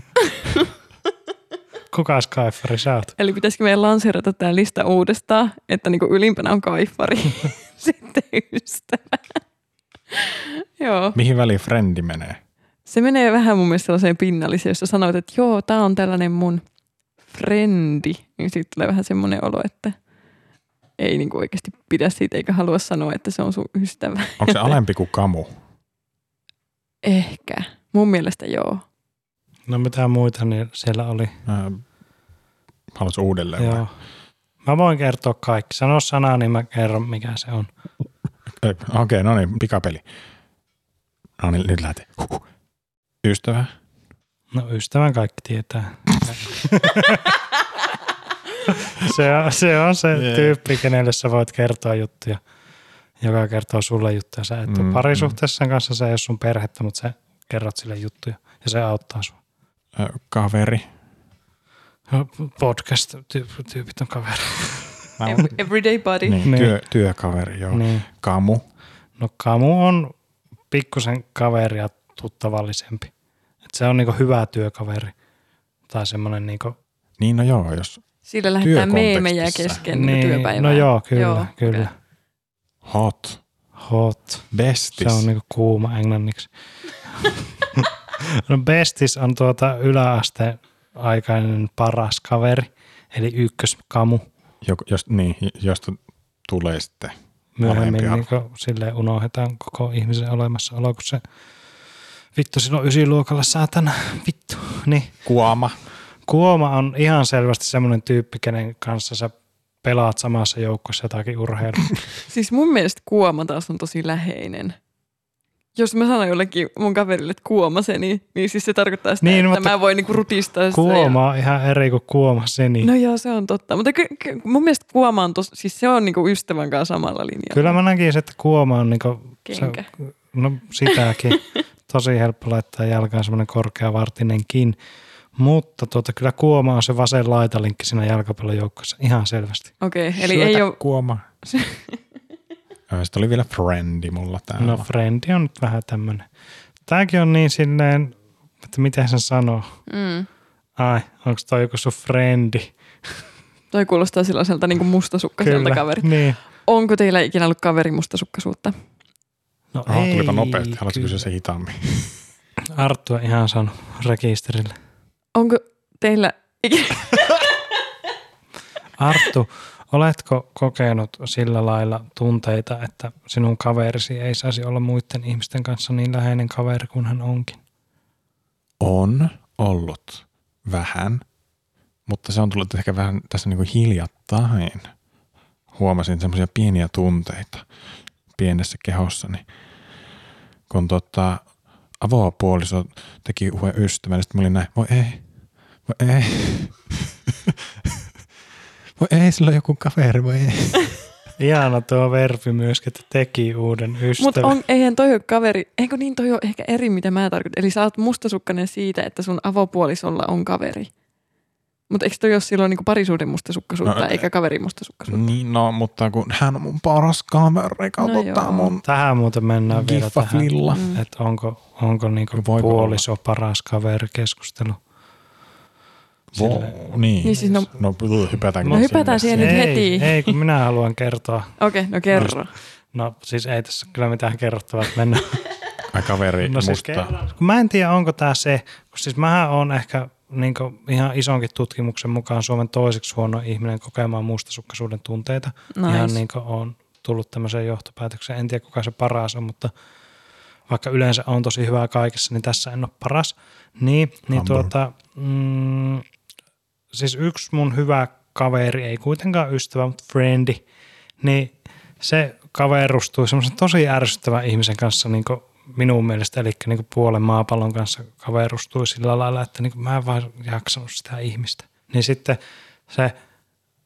Speaker 3: Kuka kaifari sä oot?
Speaker 1: Eli pitäisikö meidän lanseerata tämä lista uudestaan, että niinku ylimpänä on kaifari, sitten ystävä. joo.
Speaker 2: Mihin väliin frendi menee?
Speaker 1: Se menee vähän mun mielestä sellaiseen pinnalliseen, jos sä sanoit, että joo, tää on tällainen mun frendi, niin siitä tulee vähän semmoinen olo, että ei niinku oikeasti pidä siitä eikä halua sanoa, että se on sun ystävä.
Speaker 2: Onko se alempi kuin kamu?
Speaker 1: Ehkä. Mun mielestä joo.
Speaker 3: No mitä muita niin siellä oli?
Speaker 2: Ää, Haluatko Äh, uudelleen? vai?
Speaker 3: Joo. Mä voin kertoa kaikki. Sano sanaa, niin mä kerron mikä se on.
Speaker 2: Ei, Okei, no niin, pikapeli. No niin, nyt lähtee. Huhhuh. Ystävä,
Speaker 3: No ystävän kaikki tietää. se, on, se on se
Speaker 2: Jee.
Speaker 3: tyyppi, kenelle sä voit kertoa juttuja, joka kertoo sulle juttuja. Sä et mm,
Speaker 2: Mm,
Speaker 3: ole parisuhteessa sen kanssa, se ei ole sun perhettä, mutta sä kerrot sille juttuja ja se auttaa sua.
Speaker 2: ää, äh, kaveri.
Speaker 3: Podcast-tyypit on kaveri.
Speaker 2: Mä oon-
Speaker 1: Every- Everyday body.
Speaker 2: Niin,
Speaker 3: Niin.
Speaker 2: työ, työkaveri, joo.
Speaker 3: Niin.
Speaker 2: Kamu,
Speaker 3: No Kamu on pikkusen kaveri ja tuttavallisempi. Et se on niinku hyvä työkaveri. Tai semmoinen niinku,
Speaker 2: niin no joo, jos
Speaker 1: Sillä lähettää
Speaker 2: Työkontekstissa.
Speaker 1: meemejä kesken niin, työpäivää.
Speaker 3: no joo, kyllä,
Speaker 1: Joo,
Speaker 3: joo, kyllä.
Speaker 1: kyllä.
Speaker 2: hot,
Speaker 3: Hot.
Speaker 2: bestis.
Speaker 3: Se on niinku kuuma englanniksi. no bestis on tuota yläasteen aikainen paras kaveri, eli ykköskamu.
Speaker 2: Jo, jos, niin, josta tulee sitten.
Speaker 3: Myöhemmin
Speaker 2: Alempi
Speaker 3: niin sille unohdetaan koko ihmisen olemassaolo, kun se vittu silloin ysiluokalla saatana, vittu. Niin.
Speaker 2: Kuoma,
Speaker 3: Kuoma on ihan selvästi semmoinen tyyppi, kenen kanssa sä pelaat samassa joukkueessa jotakin urheilua.
Speaker 1: Siis mun mielestä kuoma taas on tosi läheinen. Jos mä sanon jollekin mun kaverille, että kuomaseni, niin siis se tarkoittaa sitä,
Speaker 3: Niin,
Speaker 1: niin, että
Speaker 3: mutta
Speaker 1: mä voin niinku rutistaa sitä. ja-
Speaker 3: Kuoma on ihan eri kuin kuoma seni.
Speaker 1: No joo, se on totta. Mutta ky- ky- mun mielestä kuoma on tos, siis se on niinku ystävän kanssa samalla linjalla.
Speaker 3: Kyllä mä näkisin, että kuoma on niinku,
Speaker 1: Kenkä.
Speaker 3: Se, no sitäkin. Tosi helppo laittaa jalkaan semmoinen korkeavartinenkin. Mutta tuota, kyllä kuoma on se vasen laitalinkki siinä jalkapallojoukkossa ihan selvästi.
Speaker 1: Okei, okay, eli ei ole...
Speaker 2: kuoma. Ää, sitten Äh, oli vielä friendi mulla täällä.
Speaker 3: No
Speaker 2: No.
Speaker 3: Frendi on nyt vähän tämmöinen. Tämäkin on niin silleen, että miten sen sanoo.
Speaker 1: Mm,
Speaker 3: Ai, onko toi joku sun frendi?
Speaker 1: toi kuulostaa sellaiselta niinku mustasukkaiselta kaverilta.
Speaker 3: Niin.
Speaker 1: Onko teillä ikinä ollut kaveri mustasukkaisuutta?
Speaker 3: No
Speaker 2: Oho, tulipa
Speaker 3: ei,
Speaker 2: nopeasti. Haluatko
Speaker 3: kyllä.
Speaker 2: kysyä se hitaammin?
Speaker 3: Arttu on ihan saanut rekisterille.
Speaker 1: Onko teillä ikinä...
Speaker 3: Arttu, oletko kokenut sillä lailla tunteita, että sinun kaverisi ei saisi olla muiden ihmisten kanssa niin läheinen kaveri kuin hän onkin?
Speaker 2: On ollut vähän, mutta se on tullut ehkä vähän tässä niin kuin hiljattain. Huomasin semmoisia pieniä tunteita pienessä kehossani. Kun tota, avopuoliso teki uuden ystävän, niin sitten mä olin näin, voi ei, voi ei. voi ei, sillä on joku kaveri, voi ei.
Speaker 3: Ihana tuo verbi myöskin, että teki uuden
Speaker 1: Mutta
Speaker 3: ystävän.
Speaker 1: on, eihän toi ole kaveri, eikö niin toi ole ehkä eri, mitä mä tarkoitan. Eli sä oot mustasukkainen siitä, että sun avopuolisolla on kaveri. Mutta eikö toi ole silloin niinku parisuuden mustasukkaisuutta,
Speaker 2: No,
Speaker 1: no, eikä kaverin mustasukkaisuutta?
Speaker 2: Niin, no, mutta kun hän on mun paras kaveri, katsotaan
Speaker 1: joo.
Speaker 2: no mun
Speaker 3: Tähän muuten mennään vielä
Speaker 2: giffa
Speaker 3: tähän,
Speaker 2: flilla.
Speaker 1: Mm.
Speaker 3: että onko, onko niinku
Speaker 2: Voiko
Speaker 3: puoliso paras kaveri keskustelu. Silleen.
Speaker 2: Vo- niin.
Speaker 1: Niin siis no-
Speaker 2: no pyl- hypätäänkö
Speaker 1: No
Speaker 2: nyt
Speaker 1: hypätään siihen nyt
Speaker 3: ei,
Speaker 1: heti.
Speaker 3: Ei, kun minä haluan kertoa.
Speaker 1: Okei, okay, no kerro.
Speaker 3: No siis ei tässä kyllä mitään kerrottavaa, että mennään.
Speaker 2: Ai kaveri
Speaker 3: No
Speaker 2: no,
Speaker 3: siis
Speaker 2: musta.
Speaker 3: kerran. Kun mä en tiedä, onko tämä se, kun siis mähän on ehkä niin ihan isonkin tutkimuksen mukaan Suomen toiseksi huono ihminen kokemaan mustasukkaisuuden tunteita.
Speaker 1: Nice.
Speaker 3: Ihan niin kuin on tullut tämmöiseen johtopäätökseen. En tiedä, kuka se paras on, mutta vaikka yleensä on tosi hyvä kaikessa, niin tässä en ole paras. Niin, niin
Speaker 2: Hamburg.
Speaker 3: tuota, mm, siis yksi mun hyvä kaveri, ei kuitenkaan ystävä, mutta friendi, niin se kaverustui semmoisen tosi ärsyttävän ihmisen kanssa niin minun mielestä, eli niin puolen maapallon kanssa kaverustui sillä lailla, että niin mä en vaan jaksanut sitä ihmistä. Niin sitten se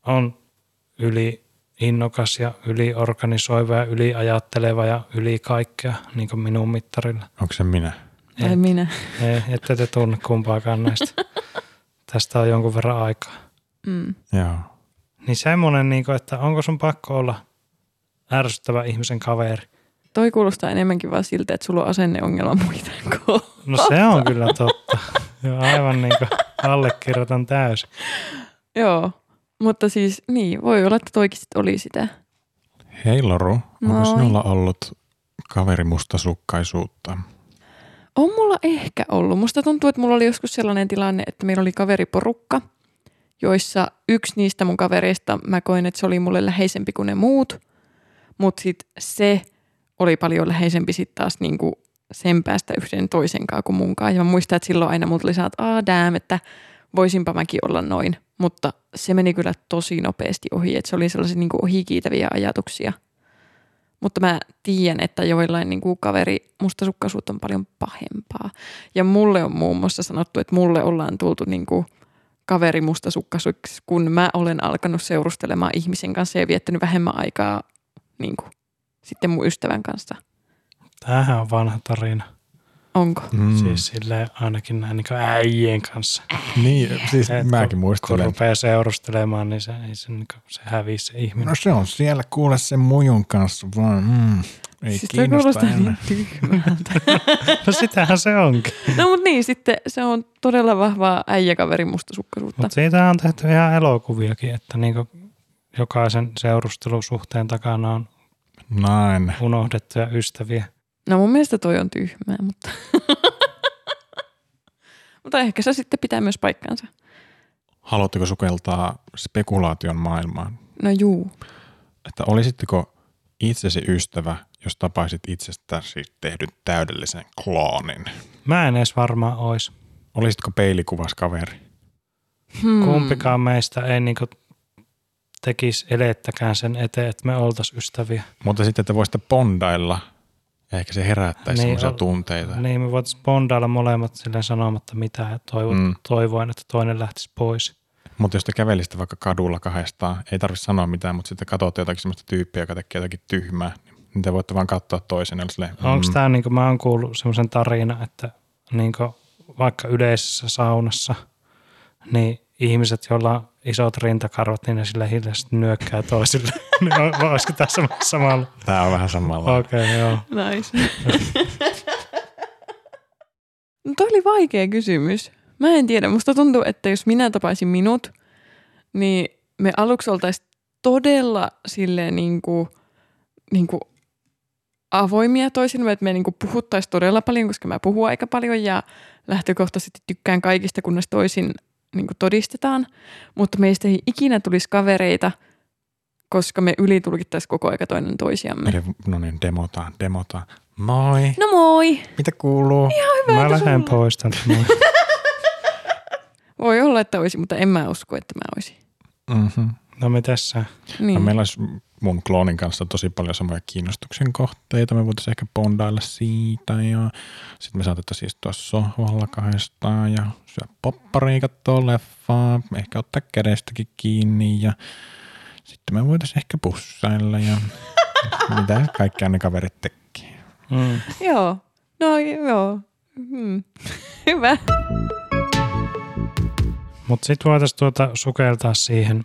Speaker 3: on yli innokas ja yliorganisoiva ja yliajatteleva ja yli kaikkea niin kuin minun mittarilla.
Speaker 2: Onko se minä?
Speaker 1: Tai
Speaker 3: Ei.
Speaker 1: minä.
Speaker 3: Ei, ette te tunne kumpaakaan näistä. Tästä on jonkun verran aikaa.
Speaker 1: Mm.
Speaker 2: Joo.
Speaker 3: Niin semmoinen, niin kuin, että onko sun pakko olla ärsyttävä ihmisen kaveri?
Speaker 1: Toi kuulostaa enemmänkin vaan siltä, että sulla on asenneongelma muita kuin.
Speaker 3: No se on kyllä totta. Joo, aivan niin kuin allekirjoitan täysin.
Speaker 1: Joo, mutta siis niin, voi olla, että toikin sit oli sitä.
Speaker 2: Hei Loru, onko
Speaker 1: Moi.
Speaker 2: sinulla ollut kaveri mustasukkaisuutta?
Speaker 1: On mulla ehkä ollut. Musta tuntuu, että mulla oli joskus sellainen tilanne, että meillä oli kaveriporukka, joissa yksi niistä mun kavereista, mä koin, että se oli mulle läheisempi kuin ne muut, mutta sit se oli paljon läheisempi sitten taas niinku sen päästä yhden toisenkaan kuin munkaan. Ja mä muistan, että silloin aina mut oli saa, että "Aa, damn, että voisinpa mäkin olla noin. Mutta se meni kyllä tosi nopeasti ohi, että se oli sellaisia niinku ohikiitäviä ajatuksia. Mutta mä tiedän, että joillain niin kuin kaveri mustasukkaisuutta on paljon pahempaa. Ja mulle on muun muassa sanottu, että mulle ollaan tultu niin kuin kaveri mustasukkaisuiksi, kun mä olen alkanut seurustelemaan ihmisen kanssa ja viettänyt vähemmän aikaa niin kuin, sitten mun ystävän kanssa.
Speaker 3: Tämähän on vanha tarina.
Speaker 1: Onko?
Speaker 2: Mm.
Speaker 3: Siis silleen ainakin näin niin kuin äijien kanssa.
Speaker 2: niin, siis
Speaker 3: Et
Speaker 2: mäkin
Speaker 3: Kun
Speaker 2: muistelen.
Speaker 3: rupeaa seurustelemaan, niin se, ei se, niin kuin, se hävii se ihminen.
Speaker 2: No se on siellä kuule sen mujun kanssa vaan. Mm. Ei
Speaker 1: siis
Speaker 2: siis
Speaker 1: toi
Speaker 2: kiinnosta
Speaker 1: kuulostaa
Speaker 2: enää.
Speaker 1: niin tyhmältä.
Speaker 3: No sitähän se onkin.
Speaker 1: No mutta niin, sitten se on todella vahvaa äijäkaverin mustasukkaisuutta.
Speaker 3: Mutta siitä on tehty ihan elokuviakin, että niin kuin jokaisen seurustelusuhteen takana on
Speaker 2: Näin.
Speaker 3: unohdettuja ystäviä.
Speaker 1: No mun mielestä toi on tyhmää, mutta... mutta ehkä se sitten pitää myös paikkaansa.
Speaker 2: Haluatteko sukeltaa spekulaation maailmaan?
Speaker 1: No juu.
Speaker 2: Että olisitteko itsesi ystävä, jos tapaisit itsestäsi tehdyn täydellisen kloonin?
Speaker 3: Mä en edes varmaan ois.
Speaker 2: Olisitko peilikuvas kaveri?
Speaker 1: Hmm.
Speaker 3: Mm. Kumpikaan meistä ei niin kuin tekisi elettäkään sen eteen, että me oltais ystäviä.
Speaker 2: Mutta sitten te voisitte bondailla. Ehkä se herättäisi
Speaker 3: Niin,
Speaker 2: niin,
Speaker 3: ol-
Speaker 2: tunteita.
Speaker 3: Niin, me voitaisiin bondailla molemmat silleen sanomatta mitään ja toivo, mm.
Speaker 2: Mm.
Speaker 3: toivoen, että toinen lähtisi pois.
Speaker 2: Mutta jos te kävelisitte vaikka kadulla kahdestaan, ei tarvitse sanoa mitään, mutta sitten katsotte jotakin sellaista tyyppiä, joka tekee jotakin tyhmää, niin te voitte vaan katsoa toisen. Sille,
Speaker 3: Mm. Onko tämä, niin kuin mä oon kuullut semmoisen tarina, että niin kuin vaikka yleisessä saunassa, niin ihmiset, joilla on isot rintakarvat, niin ne sillä hiljaisesti nyökkää toisille. niin on- olisiko tämä sama, samalla?
Speaker 2: Tämä on vähän samalla.
Speaker 3: Okei, okay, joo.
Speaker 1: Nice. no toi oli vaikea kysymys. Mä en tiedä. Musta tuntuu, että jos minä tapaisin minut, niin me aluksi oltaisiin todella silleen niin kuin, niin kuin avoimia toisille, että me niin puhuttaisiin todella paljon, koska mä puhun aika paljon ja lähtökohtaisesti tykkään kaikista, kunnes toisin niin kuin todistetaan. Mutta meistä ei ikinä tulisi kavereita, koska me ylitulkittaisiin koko aika toinen toisiamme.
Speaker 2: Eli, no niin, demotaan, demotaan. Moi,
Speaker 1: No moi!
Speaker 2: mitä kuuluu?
Speaker 1: Hyvä,
Speaker 3: Mä
Speaker 1: että
Speaker 3: lähden
Speaker 1: sulla-
Speaker 3: pois tältä. noin.
Speaker 1: Voi olla, että olisi, mutta en mä usko, että mä olisin.
Speaker 2: Mm-hmm.
Speaker 3: No mitäs sä?
Speaker 2: No,
Speaker 1: Niin.
Speaker 2: meillä olisi mun kloonin kanssa tosi paljon samoja kiinnostuksen kohteita. Me voitaisiin ehkä bondailla siitä ja sitten me saatettaisiin istua sohvalla kahdestaan ja syödä popparia, katsoa leffaa, ehkä ottaa kädestäkin kiinni ja sitten me voitaisiin ehkä pussailla ja mitä kaikkea ne kaverit tekee.
Speaker 3: Mm.
Speaker 1: Joo. No joo. Hmm. Hyvä.
Speaker 3: Mutta sitten voitaisiin tuota sukeltaa siihen,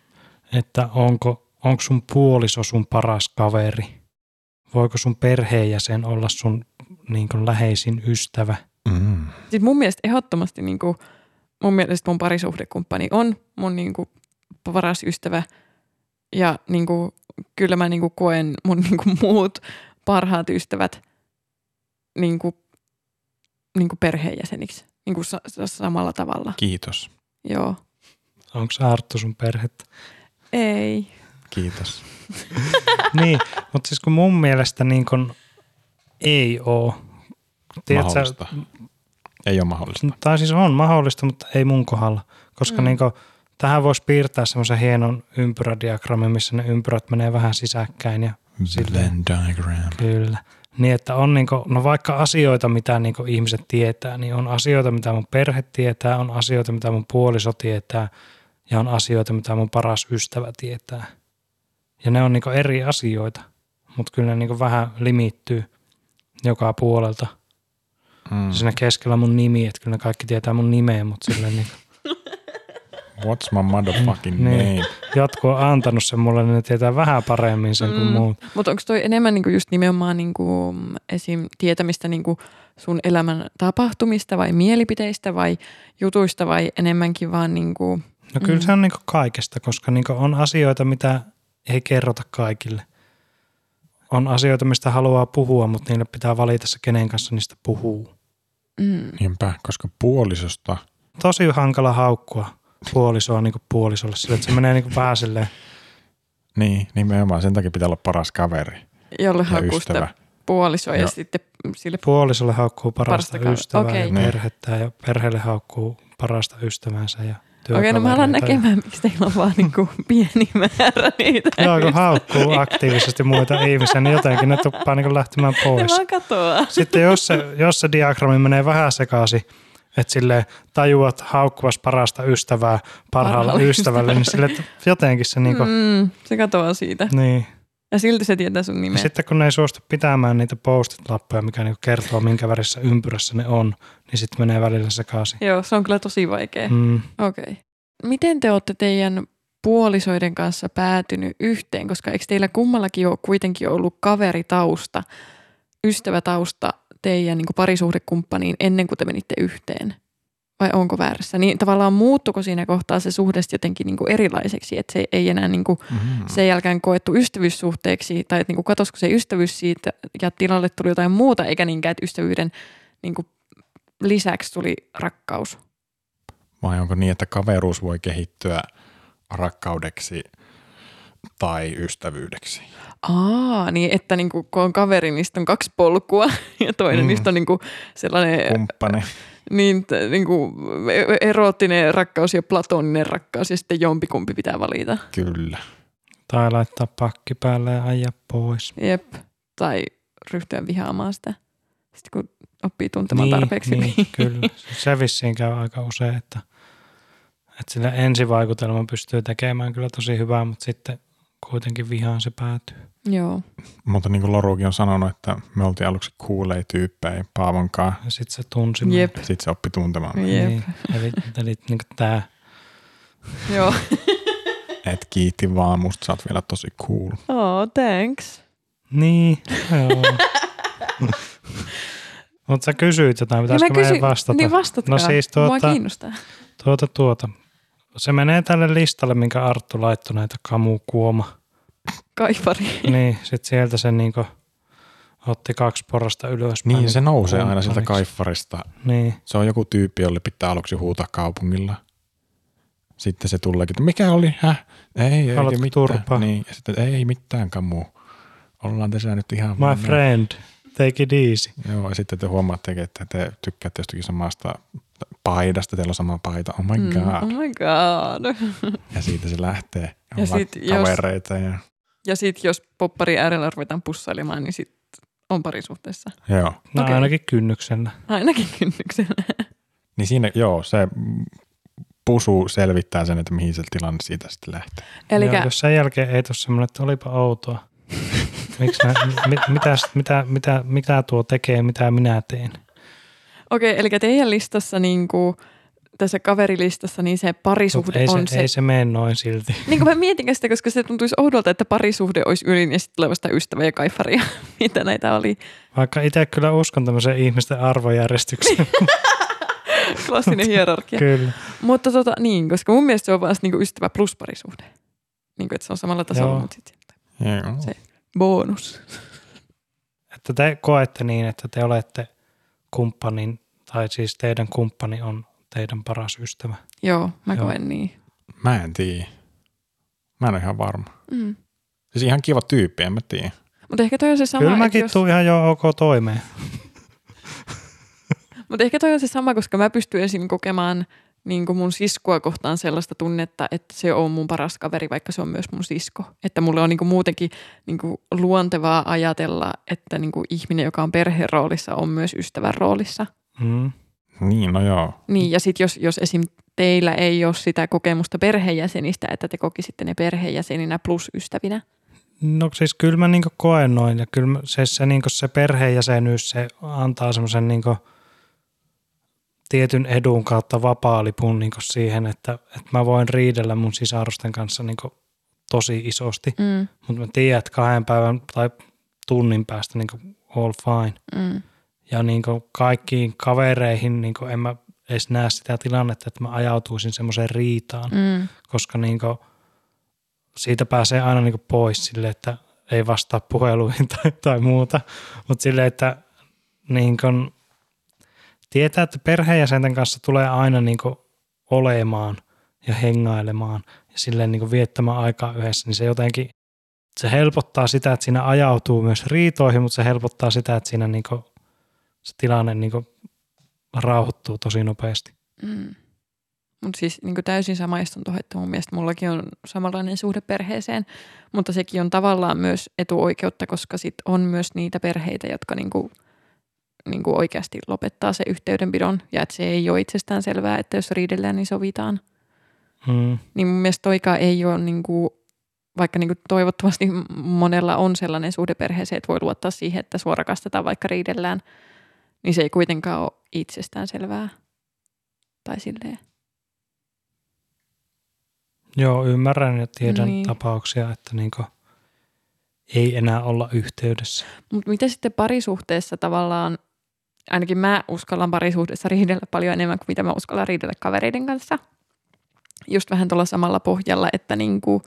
Speaker 3: että onko, onko sun puoliso sun paras kaveri? Voiko sun perheenjäsen olla sun niin kuin läheisin ystävä?
Speaker 2: Mm.
Speaker 1: Siis mun mielestä ehdottomasti niin kuin, mun mielestä mun parisuhdekumppani on mun niin kuin, paras ystävä. Ja niin kuin, kyllä mä niin kuin, koen mun niin kuin, muut parhaat ystävät niin kuin, niin kuin perheenjäseniksi. Niin kuin, sa- sa- samalla tavalla.
Speaker 2: Kiitos.
Speaker 1: Joo.
Speaker 3: Onko Arttu sun perhettä?
Speaker 1: Ei.
Speaker 2: Kiitos.
Speaker 3: niin, mutta siis kun mun mielestä niin kun ei ole.
Speaker 2: mahdollista. Ei ole mahdollista.
Speaker 3: tai siis on mahdollista, mutta ei mun kohdalla. Koska
Speaker 1: Mm.
Speaker 3: mm. niin kun, tähän voisi piirtää semmoisen hienon ympyrädiagrammin, missä ne ympyrät menee vähän sisäkkäin ja
Speaker 2: Venn diagram.
Speaker 3: Kyllä. Niin, että on niin kuin, no vaikka asioita, mitä niin kuin ihmiset tietää, niin on asioita, mitä mun perhe tietää, on asioita, mitä mun puoliso tietää ja on asioita, mitä mun paras ystävä tietää. Ja ne on niin kuin eri asioita, mutta kyllä ne niin kuin vähän limittyy joka puolelta.
Speaker 2: Mm.
Speaker 3: Mm. Siinä keskellä mun nimi, että kyllä ne kaikki tietää mun nimeä, mutta silleen niin kuin,
Speaker 2: What's my motherfucking
Speaker 3: Niin.
Speaker 2: name?
Speaker 3: jotkut on antanut sen mulle, niin ne tietää vähän paremmin sen kuin
Speaker 1: Mm.
Speaker 3: muut.
Speaker 1: Mutta onko toi enemmän niinku just nimenomaan niinku, mm, esim. tietämistä niinku sun elämän tapahtumista vai mielipiteistä vai jutuista vai enemmänkin vaan niinku,
Speaker 3: No kyllä
Speaker 1: Mm.
Speaker 3: se on niin kaikesta, koska niin on asioita, mitä ei kerrota kaikille. On asioita, mistä haluaa puhua, mutta niille pitää valita se, kenen kanssa niistä puhuu.
Speaker 1: mm,
Speaker 2: Niinpä, koska puolisosta
Speaker 3: Tosi hankala haukkua puolisoa niin puolisolle sillä, että se menee niin vähän silleen,
Speaker 2: Niin, nimenomaan. Sen takia pitää olla paras kaveri
Speaker 1: jolle
Speaker 2: ja
Speaker 1: hakuu sitä
Speaker 2: ystävä.
Speaker 1: puolisoa ja
Speaker 2: Joo.
Speaker 1: sitten sille
Speaker 3: puolisolle haukkuu parasta
Speaker 1: Parastakaa-
Speaker 3: ystävää
Speaker 1: okei.
Speaker 3: ja
Speaker 2: Niin.
Speaker 3: perhettä ja perheelle haukkuu parasta ystävänsä ja
Speaker 1: Okei, no mä alan
Speaker 3: työkavereita.
Speaker 1: näkemään, miksi teillä on vaan niinku pieni määrä niitä.
Speaker 3: Joo, kun haukkuu aktiivisesti muita ihmisiä, niin jotenkin ne tuppaa niin lähtemään
Speaker 1: Ne
Speaker 3: pois.
Speaker 1: vaan katoaa.
Speaker 3: Sitten jos se, jos se diagrammi menee vähän sekaisin, että sille tajuat haukkuvas parasta ystävää parhaalla
Speaker 1: Parhaalle
Speaker 3: ystävälle, niin sille että jotenkin se niinku, mm.
Speaker 1: Mm, se katoaa siitä.
Speaker 3: niin.
Speaker 1: Ja silti se tietää sun
Speaker 3: Ja
Speaker 1: nimeä.
Speaker 3: sitten kun ne ei suostu pitämään niitä postit-lappuja, mikä niinku kertoo minkä värissä ympyrässä ne on, niin sitten menee välillä sekaisin.
Speaker 1: Joo, se on kyllä tosi vaikea.
Speaker 3: Mm.
Speaker 1: Okei. Miten te olette teidän puolisoiden kanssa päätynyt yhteen, koska eikö teillä kummallakin ole kuitenkin ollut kaveritausta, ystävätausta teidän niin parisuhdekumppaniin ennen kuin te menitte yhteen? Vai onko väärässä? Niin tavallaan muuttuko siinä kohtaa se suhde sitten jotenkin niin erilaiseksi, että se ei enää niin kuin
Speaker 2: Mm.
Speaker 1: sen jälkeen koettu ystävyyssuhteeksi, tai että niin katosko se ystävyys siitä ja tilalle tuli jotain muuta, eikä niinkään, että ystävyyden niin kuin lisäksi tuli rakkaus.
Speaker 2: Vai onko niin, että kaveruus voi kehittyä rakkaudeksi tai ystävyydeksi?
Speaker 1: Aa, niin että niinku, kun on kaveri, niin sitten on kaksi polkua ja toinen mm.
Speaker 2: Mm.
Speaker 1: niistä on niinku sellainen
Speaker 2: Kumppani.
Speaker 1: niin, t- niinku, e- eroottinen rakkaus ja platoninen rakkaus ja sitten jompikumpi pitää valita.
Speaker 2: Kyllä.
Speaker 3: Tai laittaa pakki päälle ja ajaa pois.
Speaker 1: Jep. Tai ryhtyä vihaamaan sitä, sitten kun oppii tuntemaan tarpeeksi.
Speaker 3: Niin, niin, kyllä. Se vissiin käy aika usein, että, että sillä ensivaikutelma pystyy tekemään kyllä tosi hyvää, mutta sitten kuitenkin vihaan se päätyy.
Speaker 1: Joo.
Speaker 2: Mutta niin kuin Lorukin on sanonut, että me oltiin aluksi kuulee tyyppejä Paavon kanssa.
Speaker 3: Ja sitten se tunsi meitä.
Speaker 1: Jep.
Speaker 2: Sitten se oppi tuntemaan, meitä.
Speaker 1: Jep.
Speaker 3: Niin, eli eli niin tämä,
Speaker 1: Joo.
Speaker 2: et kiitti vaan, musta sä oot vielä tosi cool.
Speaker 1: Oh, thanks.
Speaker 3: niin, joo. Mutta sä kysyit jotain,
Speaker 1: Ja
Speaker 3: pitäisikö meidän vastata?
Speaker 1: Niin vastatkaa.
Speaker 3: No siis
Speaker 1: Mua
Speaker 3: tuota-
Speaker 1: kiinnostaa.
Speaker 3: Tuota, tuota. Se menee tälle listalle, minkä Arttu laittoi näitä kamukuoma.
Speaker 1: Kaipari.
Speaker 3: Niin, sitten sieltä se niinku otti kaksi porrasta ylöspäin.
Speaker 2: Niin, se nousee aina sieltä
Speaker 3: kumppaniksi.
Speaker 2: kaiffarista.
Speaker 3: Niin,
Speaker 2: Se on joku tyyppi, jolle pitää aluksi huutaa kaupungilla. Sitten se tuleekin, että mikä oli, häh? Ei, ei
Speaker 3: Haluatko
Speaker 2: mitään.
Speaker 3: turpaa?
Speaker 2: Niin, ja sitten, ei mitään kamu. Ollaan tässä nyt ihan...
Speaker 3: my friend, take it easy.
Speaker 2: Joo, ja sitten te huomaatte, että te tykkäätte jostakin samasta paidasta, teillä on sama paita, oh my mm.
Speaker 1: Oh
Speaker 2: god.
Speaker 1: my god.
Speaker 2: Ja siitä se lähtee.
Speaker 1: Ja
Speaker 2: Ja
Speaker 1: sit jos-
Speaker 2: kavereita ja...
Speaker 1: Ja sitten jos poppari äärellä ruvetaan pussailemaan, niin sitten on parisuhteessa.
Speaker 2: Joo.
Speaker 3: No
Speaker 1: Okei.
Speaker 3: okay. ainakin kynnyksellä.
Speaker 1: Ainakin kynnyksellä.
Speaker 2: Niin siinä, joo, se mm, pusu selvittää sen, että mihin se tilanne siitä sitten lähtee.
Speaker 1: Eli
Speaker 3: Joo, jos sen jälkeen ei tule semmoinen, että olipa outoa. Miksi nä, mit, mitä, mitä, mitä, mitä tuo tekee, mitä minä teen?
Speaker 1: okei, eli teidän listassa niin kuin, tässä kaverilistassa, niin se
Speaker 3: Mut
Speaker 1: parisuhde
Speaker 3: ei,
Speaker 1: on
Speaker 3: se,
Speaker 1: se.
Speaker 3: ei se mene noin silti.
Speaker 1: Niin kuin mä mietin sitä, koska se tuntuisi oudolta, että parisuhde olisi ylin ja sitten tulevasta ystävä ja kaifaria, mitä näitä oli.
Speaker 3: Vaikka itse kyllä uskon tämmöiseen ihmisten arvojärjestykseen.
Speaker 1: Klassinen hierarkia.
Speaker 3: kyllä.
Speaker 1: Mutta tota, niin, koska mun mielestä se on vaan niinku ystävä plus parisuhde. Niin kuin, että se on samalla tasolla,
Speaker 3: Joo.
Speaker 1: mutta sitten
Speaker 2: Joo.
Speaker 1: Se- bonus.
Speaker 3: Että te koette niin, että te olette kumppanin, tai siis teidän kumppani on teidän paras ystävä.
Speaker 1: Joo, mä
Speaker 3: Joo.
Speaker 1: koen niin.
Speaker 2: Mä en tiedä. Mä en ole ihan varma.
Speaker 1: Mm.
Speaker 2: Siis ihan kiva tyyppi, en mä tiedä.
Speaker 1: Mutta ehkä toi on se sama,
Speaker 3: Kyllä
Speaker 1: että
Speaker 3: mäkin
Speaker 1: No jos,
Speaker 3: jos... tuun ihan jo ok toimeen.
Speaker 1: mutta ehkä toi on se sama, koska mä pystyn esim. kokemaan niin kuin mun siskoa kohtaan sellaista tunnetta, että se on mun paras kaveri, vaikka se on myös mun sisko. Että mulle on niin kuin muutenkin niin kuin luontevaa ajatella, että niin kuin ihminen, joka on perheen roolissa, on myös ystävän roolissa.
Speaker 3: Mm.
Speaker 2: Niin, no joo.
Speaker 1: Niin, ja sitten jos, jos esim. teillä ei ole sitä kokemusta perheenjäsenistä, että te kokisitte ne perheenjäseninä plus ystävinä.
Speaker 3: No siis kyllä mä niin koen noin ja kyllä mä- se, se, niin se perheenjäsenyys se antaa semmoisen niin tietyn edun kautta vapaalipun niin siihen, että, että mä voin riidellä mun sisarusten kanssa niin tosi isosti,
Speaker 1: Mm,
Speaker 3: mutta mä tiedän, että kahden päivän tai tunnin päästä niin all fine.
Speaker 1: mm,
Speaker 3: Ja niin kaikkiin kavereihin niin en mä edes näe sitä tilannetta, että mä ajautuisin semmoiseen riitaan
Speaker 1: mm.
Speaker 3: koska niin kuin, siitä pääsee aina niin kuin pois sille, että ei vastaa puheluihin tai, tai muuta, mutta sille, että niin kuin, tietää, että perheenjäsenten kanssa tulee aina niin kuin, olemaan ja hengailemaan ja silleen niin kuin, viettämään aikaa yhdessä, niin se jotenkin se helpottaa sitä, että siinä ajautuu myös riitoihin, mutta se helpottaa sitä, että siinä niin kuin, se tilanne niin kuin, rauhoittuu tosi nopeasti.
Speaker 1: Mm. Mutta siis niin täysin samaistun tuohon, että mun mielestä mullakin on samanlainen suhde perheeseen, mutta sekin on tavallaan myös etuoikeutta, koska sit on myös niitä perheitä, jotka niin kuin, niin kuin oikeasti lopettaa se yhteydenpidon ja että se ei ole itsestään selvää, että jos riidellään, niin sovitaan.
Speaker 3: Mm.
Speaker 1: Niin mun mielestä toikaan ei ole, niin kuin, vaikka niin kuin toivottavasti monella on sellainen suhde perheeseen, että voi luottaa siihen, että suorakastetaan vaikka riidellään, niin se ei kuitenkaan ole itsestään selvää. Tai silleen.
Speaker 3: Joo, ymmärrän ja tiedän
Speaker 1: Niin.
Speaker 3: niin. tapauksia, että niinku ei enää olla yhteydessä.
Speaker 1: Mutta miten sitten parisuhteessa tavallaan, ainakin mä uskallan parisuhteessa riidellä paljon enemmän kuin mitä mä uskallan riidellä kavereiden kanssa. Just vähän tuolla samalla pohjalla, että niinku,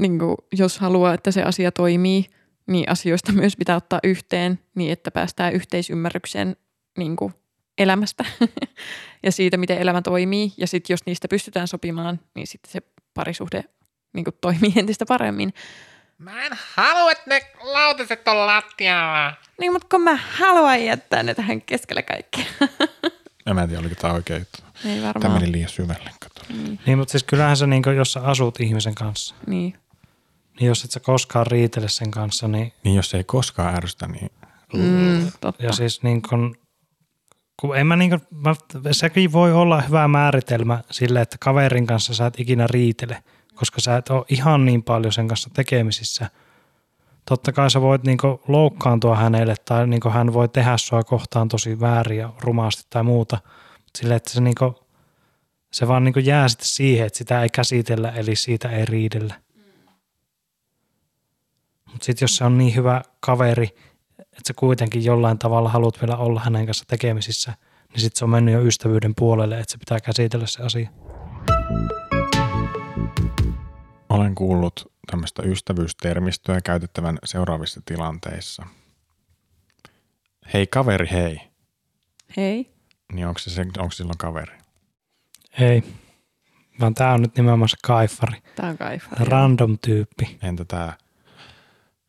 Speaker 1: niinku, jos haluaa, että se asia toimii, niin asioista myös pitää ottaa yhteen niin, että päästään yhteisymmärrykseen niinku, elämästä ja siitä, miten elämä toimii. Ja sitten jos niistä pystytään sopimaan, niin sitten se parisuhde niinku, toimii entistä paremmin.
Speaker 4: Mä en halua, että ne lautaset on lattialla.
Speaker 1: Niin, mutta kun mä haluan jättää ne tähän keskelle kaikkea.
Speaker 2: En mä tiedä, oliko tämä oikein juttu.
Speaker 1: Ei
Speaker 2: Tämä
Speaker 1: varmaan.
Speaker 2: meni liian syvälle. Kato.
Speaker 3: Niin, mutta siis kyllähän se, niinku, jos sä asut ihmisen kanssa,
Speaker 1: Niin.
Speaker 3: niin jos et sä koskaan riitele sen kanssa, niin
Speaker 2: Niin jos se ei koskaan ärsytä, niin
Speaker 1: Mm, totta.
Speaker 3: ja siis niinku, kun en mä niinku, mä, sekin voi olla hyvä määritelmä sille, että kaverin kanssa sä et ikinä riitele, koska sä et ole ihan niin paljon sen kanssa tekemisissä. Totta kai sä voit niinku loukkaantua hänelle tai niinku hän voi tehdä sua kohtaan tosi väärin ja rumaasti tai muuta, mutta sille, että se, niinku, se vaan niinku jää sitten siihen, että sitä ei käsitellä eli siitä ei riidellä. Mutta sitten jos se on niin hyvä kaveri, että sä kuitenkin jollain tavalla haluat vielä olla hänen kanssa tekemisissä, niin sitten se on mennyt jo ystävyyden puolelle, että se pitää käsitellä se asia.
Speaker 2: olen kuullut tämmöistä ystävyystermistöä käytettävän seuraavissa tilanteissa. Hei kaveri, hei.
Speaker 1: Hei.
Speaker 2: Niin onko se, se onko silloin kaveri?
Speaker 3: Ei. Vaan tää on nyt nimenomaan se kaifari.
Speaker 1: Tää on kai.
Speaker 3: Random tyyppi.
Speaker 2: Entä tämä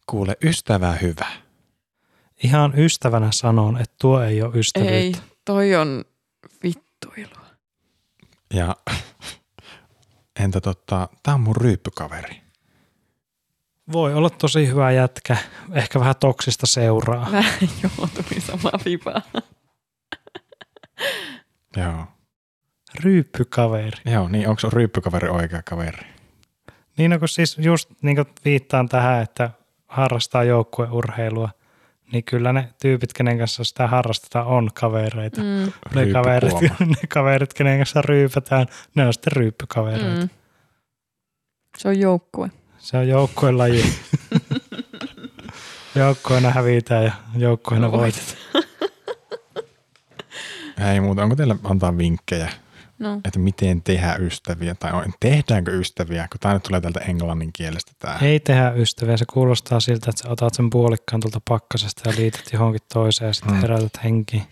Speaker 2: kuule ystävää hyvä?
Speaker 3: Ihan ystävänä sanon, että tuo ei ole ystävyyttä.
Speaker 1: Ei, toi on vittuilua.
Speaker 2: Ja entä tota, tämä on mun ryyppykaveri.
Speaker 3: Voi olla tosi hyvä jätkä. Ehkä vähän toksista seuraa.
Speaker 1: Vähän joo, tuli sama vipaa.
Speaker 2: Joo.
Speaker 3: ryyppykaveri.
Speaker 2: Joo, niin onko ryyppykaveri oikea kaveri?
Speaker 3: Niin no, kun siis just niin kuin viittaan tähän, että harrastaa joukkueurheilua, niin kyllä ne tyypit, kenen kanssa sitä harrastetaan, on kavereita. Mm.
Speaker 1: Mm,
Speaker 3: Ne kaverit,
Speaker 2: Ryyppykuoma.
Speaker 3: ne kaverit, kenen kanssa ryypätään, ne on sitten ryyppykavereita. Mm.
Speaker 1: mm. Se on joukkue.
Speaker 3: Se on joukkueen laji. Joukkoina hävitään ja joukkoina
Speaker 1: Voi.
Speaker 3: voitetaan.
Speaker 2: Ei muuta, onko teillä antaa vinkkejä,
Speaker 1: No.
Speaker 2: että miten tehdä ystäviä tai on- tehdäänkö ystäviä, kun tämä nyt tulee täältä englannin kielestä tämä.
Speaker 3: Ei tehdä ystäviä, se kuulostaa siltä, että sä otat sen puolikkaan tuolta pakkasesta ja liität johonkin toiseen ja sitten
Speaker 2: Mm.
Speaker 3: herätät henkiin.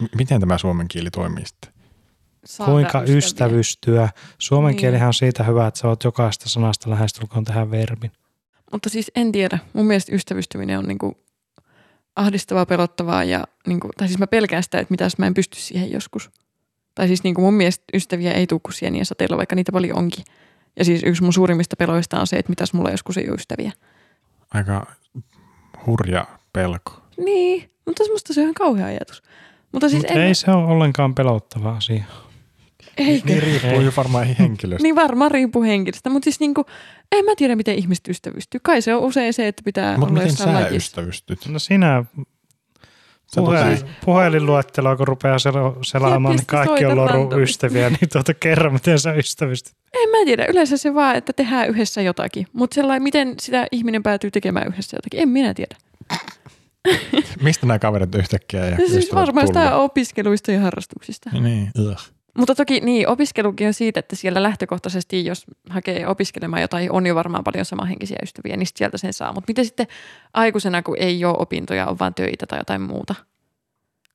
Speaker 2: M- Miten tämä suomen kieli toimii sitten?
Speaker 1: Saada
Speaker 3: Kuinka
Speaker 1: ystäviä.
Speaker 3: ystävystyä? Suomen
Speaker 1: Niin.
Speaker 3: kielihän on siitä hyvä, että sä voit jokaista sanasta lähestulkoon tähän verbin.
Speaker 1: Mutta siis en tiedä. Mun mielestä ystävystyminen on niinku ahdistavaa, pelottavaa ja niinku, tai siis mä pelkään sitä, että mitä jos mä en pysty siihen joskus. Tai siis niinku mun mielestä ystäviä ei tule kuin sieniä sateella, vaikka niitä paljon onkin. Ja siis yksi mun suurimmista peloista on se, että mitä jos mulla joskus ei ole ystäviä.
Speaker 2: Aika hurja pelko.
Speaker 1: Niin, mutta se musta se on ihan kauhea ajatus. Mutta siis
Speaker 3: Siis
Speaker 1: en,
Speaker 3: Mutta ei se ole ollenkaan pelottava asia.
Speaker 1: eikö?
Speaker 2: Niin riippuu
Speaker 3: Ei.
Speaker 2: jo varmaan henkilöstä.
Speaker 1: Niin varmaan riippuu henkilöstä, mutta siis niinku, en mä tiedä, miten ihmiset ystävystyy. Kai se on usein Niin, se, että pitää
Speaker 2: Mutta
Speaker 1: olla
Speaker 2: miten
Speaker 1: jossain
Speaker 2: sä
Speaker 1: lajissa.
Speaker 2: ystävystyt?
Speaker 3: No sinä
Speaker 2: Sä
Speaker 3: puhe,
Speaker 2: tosiaan-
Speaker 3: puhelinluetteloa, kun rupeaa sel- selaamaan,
Speaker 1: Jep, ja
Speaker 3: niin
Speaker 1: sitten
Speaker 3: kaikki on
Speaker 1: soitat
Speaker 3: loru
Speaker 1: randomisti.
Speaker 3: ystäviä, niin tuota kerro, miten sä ystävystyt.
Speaker 1: En mä tiedä, yleensä se vaan, että tehdään yhdessä jotakin. Mutta sellainen, miten sitä ihminen päätyy tekemään yhdessä jotakin, en minä tiedä.
Speaker 2: siis- Mistä nämä kaverit yhtäkkiä ja
Speaker 1: Ja siis
Speaker 2: ystävät
Speaker 1: varmaan sitä
Speaker 2: tullut?
Speaker 1: opiskeluista ja
Speaker 3: Mm.
Speaker 1: harrastuksista.
Speaker 2: Niin, ugh.
Speaker 1: Mutta toki niin, opiskelukin on siitä, että siellä lähtökohtaisesti, jos hakee opiskelemaan jotain, on jo varmaan paljon samanhenkisiä ystäviä, niin sit sieltä sen saa. Mutta miten sitten aikuisena, kun ei ole opintoja, on vaan töitä tai jotain muuta?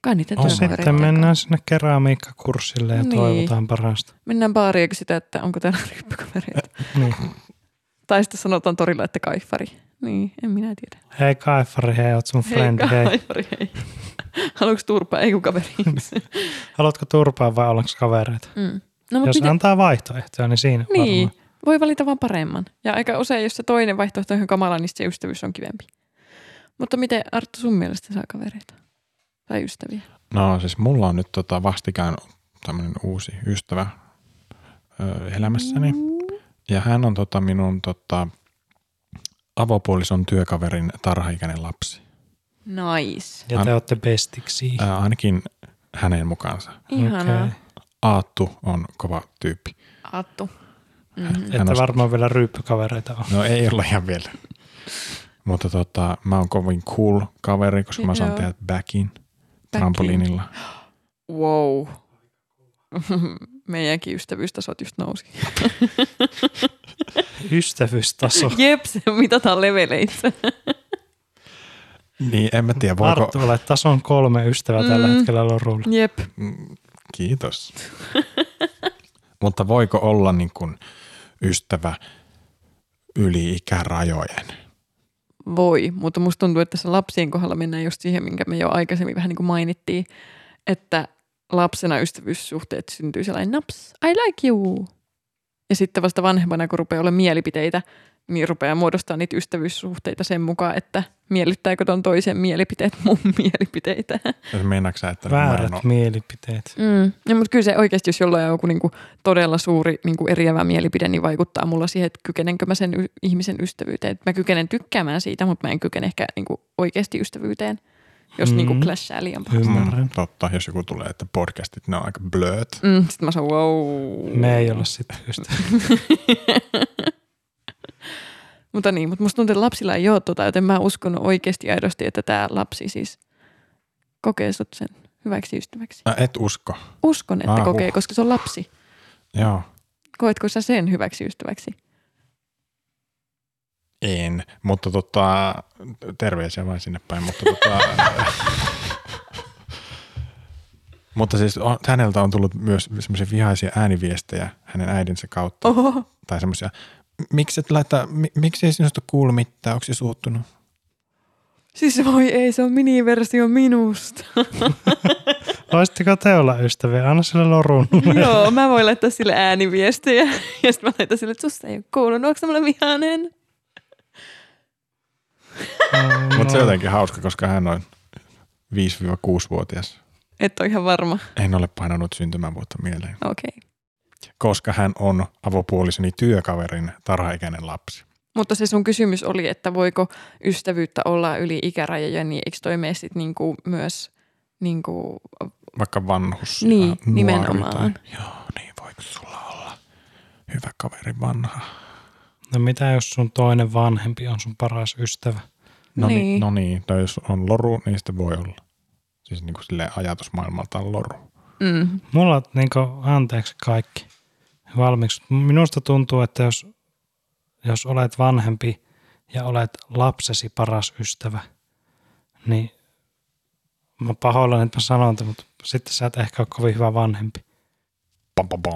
Speaker 1: Kai niitä
Speaker 2: On
Speaker 3: No
Speaker 2: Joo,
Speaker 3: sitten
Speaker 1: työkavereita.
Speaker 3: mennään sinne keramiikkakurssille ja
Speaker 1: Niin.
Speaker 3: niin. toivotaan parasta.
Speaker 1: Mennään baariin ja kysytään, että onko täällä ryppykavereita.
Speaker 3: Niin.
Speaker 1: tai sitten sanotaan torilla, että kaifari. Niin, en minä tiedä.
Speaker 3: Hei Kaifari, hei, oot sun friend,
Speaker 1: Hei,
Speaker 3: hei.
Speaker 1: kaifari, hei. Haluatko turpaa? Ei kun kaveri.
Speaker 3: Haluatko turpaa vai ollaanko kavereita?
Speaker 1: mm. No,
Speaker 3: Jos
Speaker 1: mutta
Speaker 3: miten?
Speaker 1: miten?
Speaker 3: antaa vaihtoehtoja, niin siinä
Speaker 1: Niin,
Speaker 3: varmaan.
Speaker 1: voi valita vaan paremman. Ja aika usein, jos se toinen vaihtoehto on ihan kamala, niin sit se ystävyys on kivempi. Mutta miten Arttu sun mielestä saa kavereita? Tai ystäviä?
Speaker 2: No siis mulla on nyt tota vastikään tämmöinen uusi ystävä ö, elämässäni. Ja hän on tota minun tota, avopuolison työkaverin tarhaikäinen lapsi.
Speaker 1: Nice.
Speaker 3: Ja te ootte bestiksi.
Speaker 2: Ää, Äh, ainakin hänen mukaansa.
Speaker 1: Ihanaa.
Speaker 3: Okei.
Speaker 1: Okay.
Speaker 2: Aattu on kova tyyppi.
Speaker 1: Arttu. Mm-hmm.
Speaker 2: Hän on-
Speaker 3: Ette varmaan vielä ryyppykavereita on.
Speaker 2: No ei olla ihan vielä. Mutta tota, mä oon kovin cool kaveri, koska mä saan
Speaker 1: Joo.
Speaker 2: tehdä backin trampoliinilla.
Speaker 1: Wow. Meidänkin ystävyystasot just nousi.
Speaker 3: Ystävyystaso.
Speaker 1: Jep, se mitataan leveleissä.
Speaker 2: Niin en mä tiedä, voiko...
Speaker 3: Arttu, olet tason kolme ystävää mm. tällä
Speaker 1: Mm.
Speaker 3: hetkellä lorulla.
Speaker 1: Jep.
Speaker 2: Mm, Kiitos. Mutta voiko olla niin kuin ystävä yli ikärajojen?
Speaker 1: Voi, mutta musta tuntuu, että tässä lapsien kohdalla mennään just siihen, minkä me jo aikaisemmin vähän niin kuin mainittiin, että lapsena ystävyyssuhteet syntyy sellainen naps, I like you. Ja sitten vasta vanhempana, kun rupeaa olemaan mielipiteitä, niin rupeaa muodostamaan niitä ystävyyssuhteita sen mukaan, että miellyttääkö ton toisen mielipiteet mun mielipiteitä.
Speaker 2: Ja Meinaatko sä, että mä
Speaker 3: Väärät
Speaker 2: en ole,
Speaker 3: mielipiteet.
Speaker 1: Mm. No, mutta kyllä se oikeasti, jos jollain on joku niinku todella suuri niinku eriävä mielipide, niin vaikuttaa mulla siihen, että kykenenkö mä sen y- ihmisen ystävyyteen. Et mä kykenen tykkäämään siitä, mutta mä en kykene ehkä niinku oikeasti ystävyyteen, jos
Speaker 3: Mm.
Speaker 1: mm. niinku clashaa liian paljon.
Speaker 3: Ymmärrän.
Speaker 2: mm, totta, jos joku tulee, että podcastit, ne on aika blöt.
Speaker 1: Mm. Sitten mä sanon, wow.
Speaker 3: Me ei olla sitten ystävä.
Speaker 1: Mutta niin, mutta musta tuntuu, että lapsilla ei ole tota, joten mä uskon oikeasti aidosti, että tämä lapsi siis kokee sut sen hyväksi ystäväksi.
Speaker 2: Ä, et usko.
Speaker 1: Uskon, että
Speaker 2: Ah, huh.
Speaker 1: kokee, koska se on lapsi.
Speaker 2: Joo,
Speaker 1: Koetko sä sen hyväksi ystäväksi?
Speaker 2: en. Niin, Mutta tota, terveisiä vain sinne päin. Mutta, tota, mutta siis on, häneltä on tullut myös semmoisia vihaisia ääniviestejä hänen äidinsä kautta.
Speaker 1: Oho.
Speaker 2: tai semmoisia, miksi et laittaa, mi, miksi ei sinusta kuulu mitään, onko se suuttunut?
Speaker 1: Siis voi ei, se on miniversio minusta.
Speaker 3: Voisitteko te olla ystäviä? Anna sille lorun.
Speaker 1: Joo, mä voin laittaa sille ääniviestejä. Ja sitten mä laitan sille, että susta ei ole kuulunut, onko mulle vihainen?
Speaker 2: Mutta se on jotenkin hauska, koska hän on 5-6-vuotias.
Speaker 1: Et ole ihan varma.
Speaker 2: En ole painanut syntymävuotta mieleen.
Speaker 1: Okei. Okay.
Speaker 2: koska hän on avopuolisoni työkaverin tarhaikäinen lapsi.
Speaker 1: Mutta se sun kysymys oli, että voiko ystävyyttä olla yli ikärajojen, niin eikö toi mene sit niinku myös niinku,
Speaker 2: Vaikka vanhus
Speaker 1: Niin,
Speaker 2: ja nuori
Speaker 1: nimenomaan.
Speaker 2: Tai, joo, niin voiko sulla olla hyvä kaveri vanha?
Speaker 3: No mitä jos sun toinen vanhempi on sun paras ystävä?
Speaker 2: No niin.
Speaker 1: Niin.
Speaker 2: no niin, tai jos on loru, niin sitten voi olla. Siis niin kuin silleen ajatusmaailmaltaan loru.
Speaker 1: mm,
Speaker 3: Mulla on niin anteeksi kaikki valmiiksi. Minusta tuntuu, että jos, jos olet vanhempi ja olet lapsesi paras ystävä, niin mä pahoillani, että mä sanon tämän, mutta sitten sä et ehkä ole kovin hyvä vanhempi.
Speaker 2: Pam, pam, pam.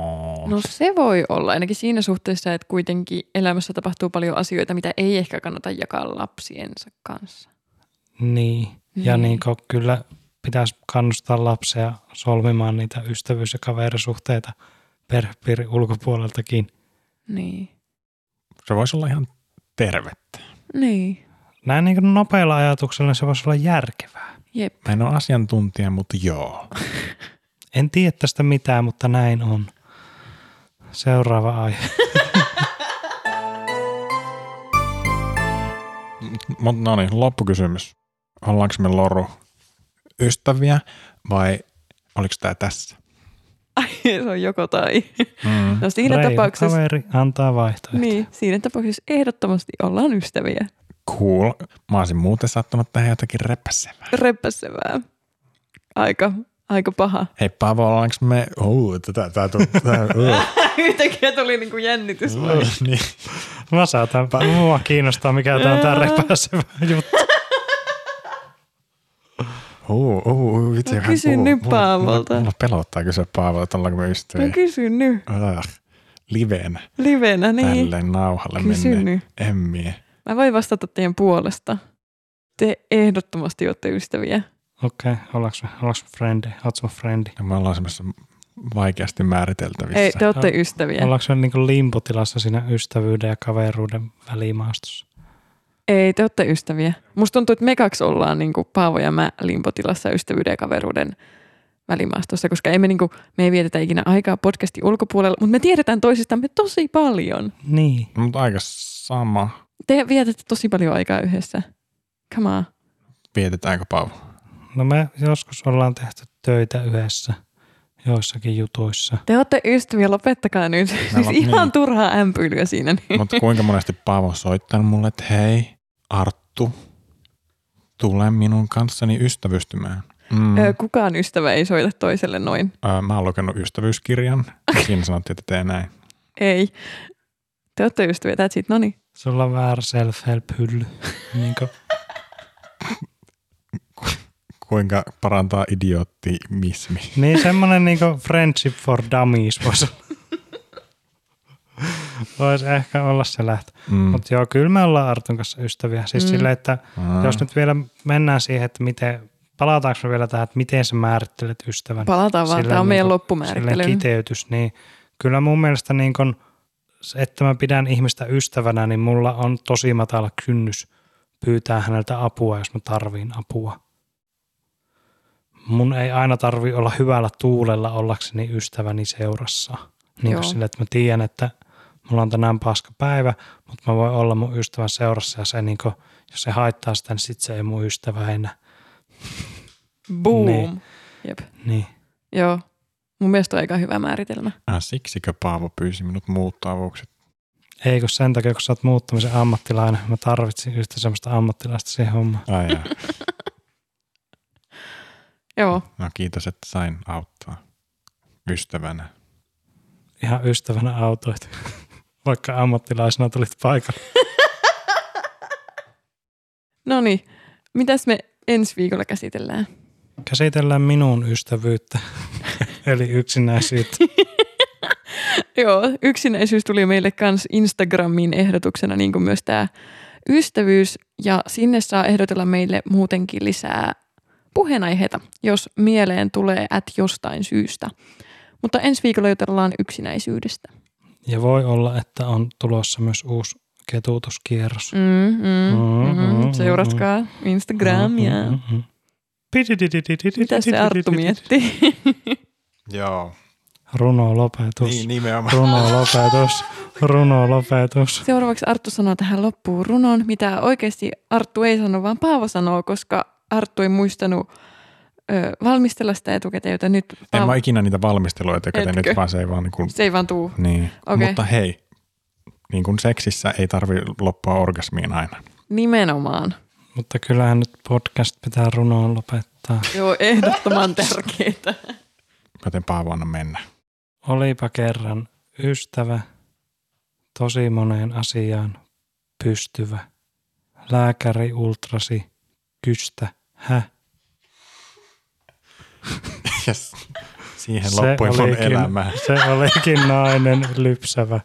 Speaker 1: No se voi olla, ainakin siinä suhteessa, että kuitenkin elämässä tapahtuu paljon asioita, mitä ei ehkä kannata jakaa lapsiensa kanssa.
Speaker 3: Niin. Ja
Speaker 1: Niin.
Speaker 3: niin kyllä pitäisi kannustaa lapsia solmimaan niitä ystävyys- ja kaverisuhteita perhepiirin ulkopuoleltakin.
Speaker 1: Niin.
Speaker 2: Se voisi olla ihan tervettä.
Speaker 1: Niin.
Speaker 3: Näin niin nopealla ajatuksella se voisi olla järkevää.
Speaker 1: Jep.
Speaker 2: Mä en ole asiantuntija, mutta joo.
Speaker 3: En tiedä tästä mitään, mutta näin on. Seuraava aihe.
Speaker 2: Mutta no niin, loppukysymys. Ollaanko me loru ystäviä vai oliko tämä tässä?
Speaker 1: Ai, se on joko tai.
Speaker 2: Mm.
Speaker 1: No siinä
Speaker 3: Reilu
Speaker 1: tapauksessa,
Speaker 3: kaveri antaa vaihtoehtoja.
Speaker 1: niin, siinä tapauksessa ehdottomasti ollaan ystäviä.
Speaker 2: Cool. Mä olisin muuten saattanut tehdä jotakin repäsevää.
Speaker 1: Reppäsevää. Aika, aika paha.
Speaker 2: Hei Paavo, ollaanko me... Oh, tätä, tätä, tätä,
Speaker 1: Yhtäkkiä tuli niinku jännitys.
Speaker 2: oh, niin.
Speaker 3: Mä saatan, mua kiinnostaa, mikä tämä on tämä repäsevä juttu.
Speaker 2: Oh, oh, oh, vitsi,
Speaker 1: No
Speaker 2: vähän-
Speaker 1: kysy
Speaker 2: oh,
Speaker 1: nyt
Speaker 2: mulla-
Speaker 1: Paavolta.
Speaker 2: Mulla, mulla pelottaa kysyä Paavolta, että ollaanko me ystäviä.
Speaker 1: No kysy nyt,
Speaker 2: Ah, livenä
Speaker 1: livenä,
Speaker 2: niin.
Speaker 1: niin.
Speaker 2: tälleen nauhalle
Speaker 1: Kysy
Speaker 2: menneen.
Speaker 1: nyt.
Speaker 2: En mie.
Speaker 1: Mä voin vastata teidän puolesta. Te ehdottomasti olette ystäviä.
Speaker 3: Okei, okay, ollaanko me, ollaanko me friendi? Ootko me friendi?
Speaker 2: Ja No, me ollaan semmoisessa vaikeasti määriteltävissä.
Speaker 1: Ei, te olette
Speaker 3: Ah.
Speaker 1: ystäviä.
Speaker 3: Ollaanko me niin limpotilassa siinä ystävyyden ja kaveruuden välimaastossa?
Speaker 1: Ei, te olette ystäviä. Musta tuntuu, että me kaksi ollaan niin kuin Paavo ja mä limpotilassa ystävyyden ja kaveruuden välimaastossa, koska emme, niin kuin, me ei vietetä ikinä aikaa podcastin ulkopuolella, mutta me tiedetään toisistamme tosi paljon.
Speaker 3: Niin.
Speaker 2: Mutta aika sama.
Speaker 1: Te vietätte tosi paljon aikaa yhdessä. Come on.
Speaker 2: Vietetäänkö Paavo?
Speaker 3: No me joskus ollaan tehty töitä yhdessä joissakin jutuissa.
Speaker 1: Te olette ystäviä, lopettakaa nyt. siis
Speaker 2: vaan-
Speaker 1: ihan
Speaker 2: niin.
Speaker 1: turhaa ämpyilyä siinä. Niin.
Speaker 2: Mutta kuinka monesti Paavo on soittanut mulle, että hei, Arttu, tule minun kanssani ystävystymään. Mm.
Speaker 1: Ö, Kukaan ystävä ei soita toiselle noin.
Speaker 2: Ö, mä oon lukenut ystävyyskirjan. ja Siinä sanottiin, että tee näin.
Speaker 1: Ei. Te olette ystäviä, that's it. No niin, Noniin.
Speaker 3: Sulla on väärä self-help-hylly. niin kuin,
Speaker 2: Kuinka parantaa idioottimismi.
Speaker 3: niin semmoinen niin friendship for dummies voisi olla. Voisi ehkä olla se lähtö.
Speaker 2: Mm.
Speaker 3: Mutta joo, kyllä me ollaan Artun kanssa ystäviä. Siis
Speaker 1: Mm.
Speaker 3: mm. sille, että
Speaker 2: Mm.
Speaker 3: jos nyt vielä mennään siihen, että miten, palataanko me vielä tähän, että miten sä määrittelet ystävän?
Speaker 1: Palataan vaan.
Speaker 3: Sillä
Speaker 1: Tämä on meidän
Speaker 3: niinku-
Speaker 1: loppumäärittely.
Speaker 3: Silleen kiteytys, niin kyllä mun mielestä niin kun, se, että mä pidän ihmistä ystävänä, niin mulla on tosi matala kynnys pyytää häneltä apua, jos mä tarviin apua. Mun ei aina tarvi olla hyvällä tuulella ollakseni ystäväni seurassa. Niin
Speaker 1: Joo.
Speaker 3: kuin sille, että mä tiedän, että mulla on tänään paska päivä, mutta mä voin olla mun ystävän seurassa ja se niin kun, jos se haittaa sitä, niin sit se ei mun ystävä enää.
Speaker 1: Boom.
Speaker 3: Niin.
Speaker 1: Jep.
Speaker 3: Niin.
Speaker 1: Joo. Mun mielestä on aika hyvä määritelmä.
Speaker 2: Ah, siksikö Paavo pyysi minut muuttavuuksi?
Speaker 3: Ei kun sen takia, kun sä oot muuttamisen ammattilainen. Mä tarvitsin yhtä semmoista ammattilaista siihen hommaan.
Speaker 2: Ai jaa.
Speaker 1: Joo.
Speaker 2: No kiitos, että sain auttaa ystävänä.
Speaker 3: Ihan ystävänä autoit, vaikka ammattilaisena tulit paikalle.
Speaker 1: No niin. Mitäs me ensi viikolla käsitellään?
Speaker 3: Käsitellään minun ystävyyttä, eli yksinäisyyttä.
Speaker 1: Joo, yksinäisyys tuli meille kans Instagramiin ehdotuksena, niin kuin myös tämä ystävyys. Ja sinne saa ehdotella meille muutenkin lisää puheenaiheita, jos mieleen tulee at jostain syystä. Mutta ensi viikolla jutellaan yksinäisyydestä.
Speaker 3: Ja voi olla, että on tulossa myös uusi ketutuskierros.
Speaker 1: Mm, mm,
Speaker 3: Mm, mm,
Speaker 1: mm.
Speaker 3: mm,
Speaker 1: Seuratkaa Instagramia.
Speaker 3: Mm-hmm.
Speaker 1: Mitä se Arttu miettii?
Speaker 2: Joo.
Speaker 3: Runo lopetus.
Speaker 2: Niin, nimenomaan.
Speaker 3: Runo lopetus. Runo lopetus.
Speaker 1: Seuraavaksi Arttu sanoo tähän loppuun runon, mitä oikeasti Arttu ei sano, vaan Paavo sanoo, koska Arttu ei muistanut ö, valmistella sitä etukäteen, joten nyt
Speaker 2: En
Speaker 1: Paavo,
Speaker 2: mä ikinä niitä valmisteluita, joten
Speaker 1: Etkö?
Speaker 2: nyt vaan se ei vaan niin kuin,
Speaker 1: se ei vaan tuu.
Speaker 2: niin.
Speaker 1: Okei.
Speaker 2: Mutta hei, niin kuin seksissä ei tarvi loppua orgasmiin aina.
Speaker 1: Nimenomaan.
Speaker 3: Mutta kyllähän nyt podcast pitää runoon lopettaa.
Speaker 1: Joo, ehdottoman tärkeitä.
Speaker 2: Joten Paavo anna mennä.
Speaker 3: Olipa kerran ystävä, tosi moneen asiaan pystyvä. Lääkäri ultrasi kystä hä.
Speaker 2: Yes. Siihen loppui mun elämä.
Speaker 3: se olikin nainen lypsävä.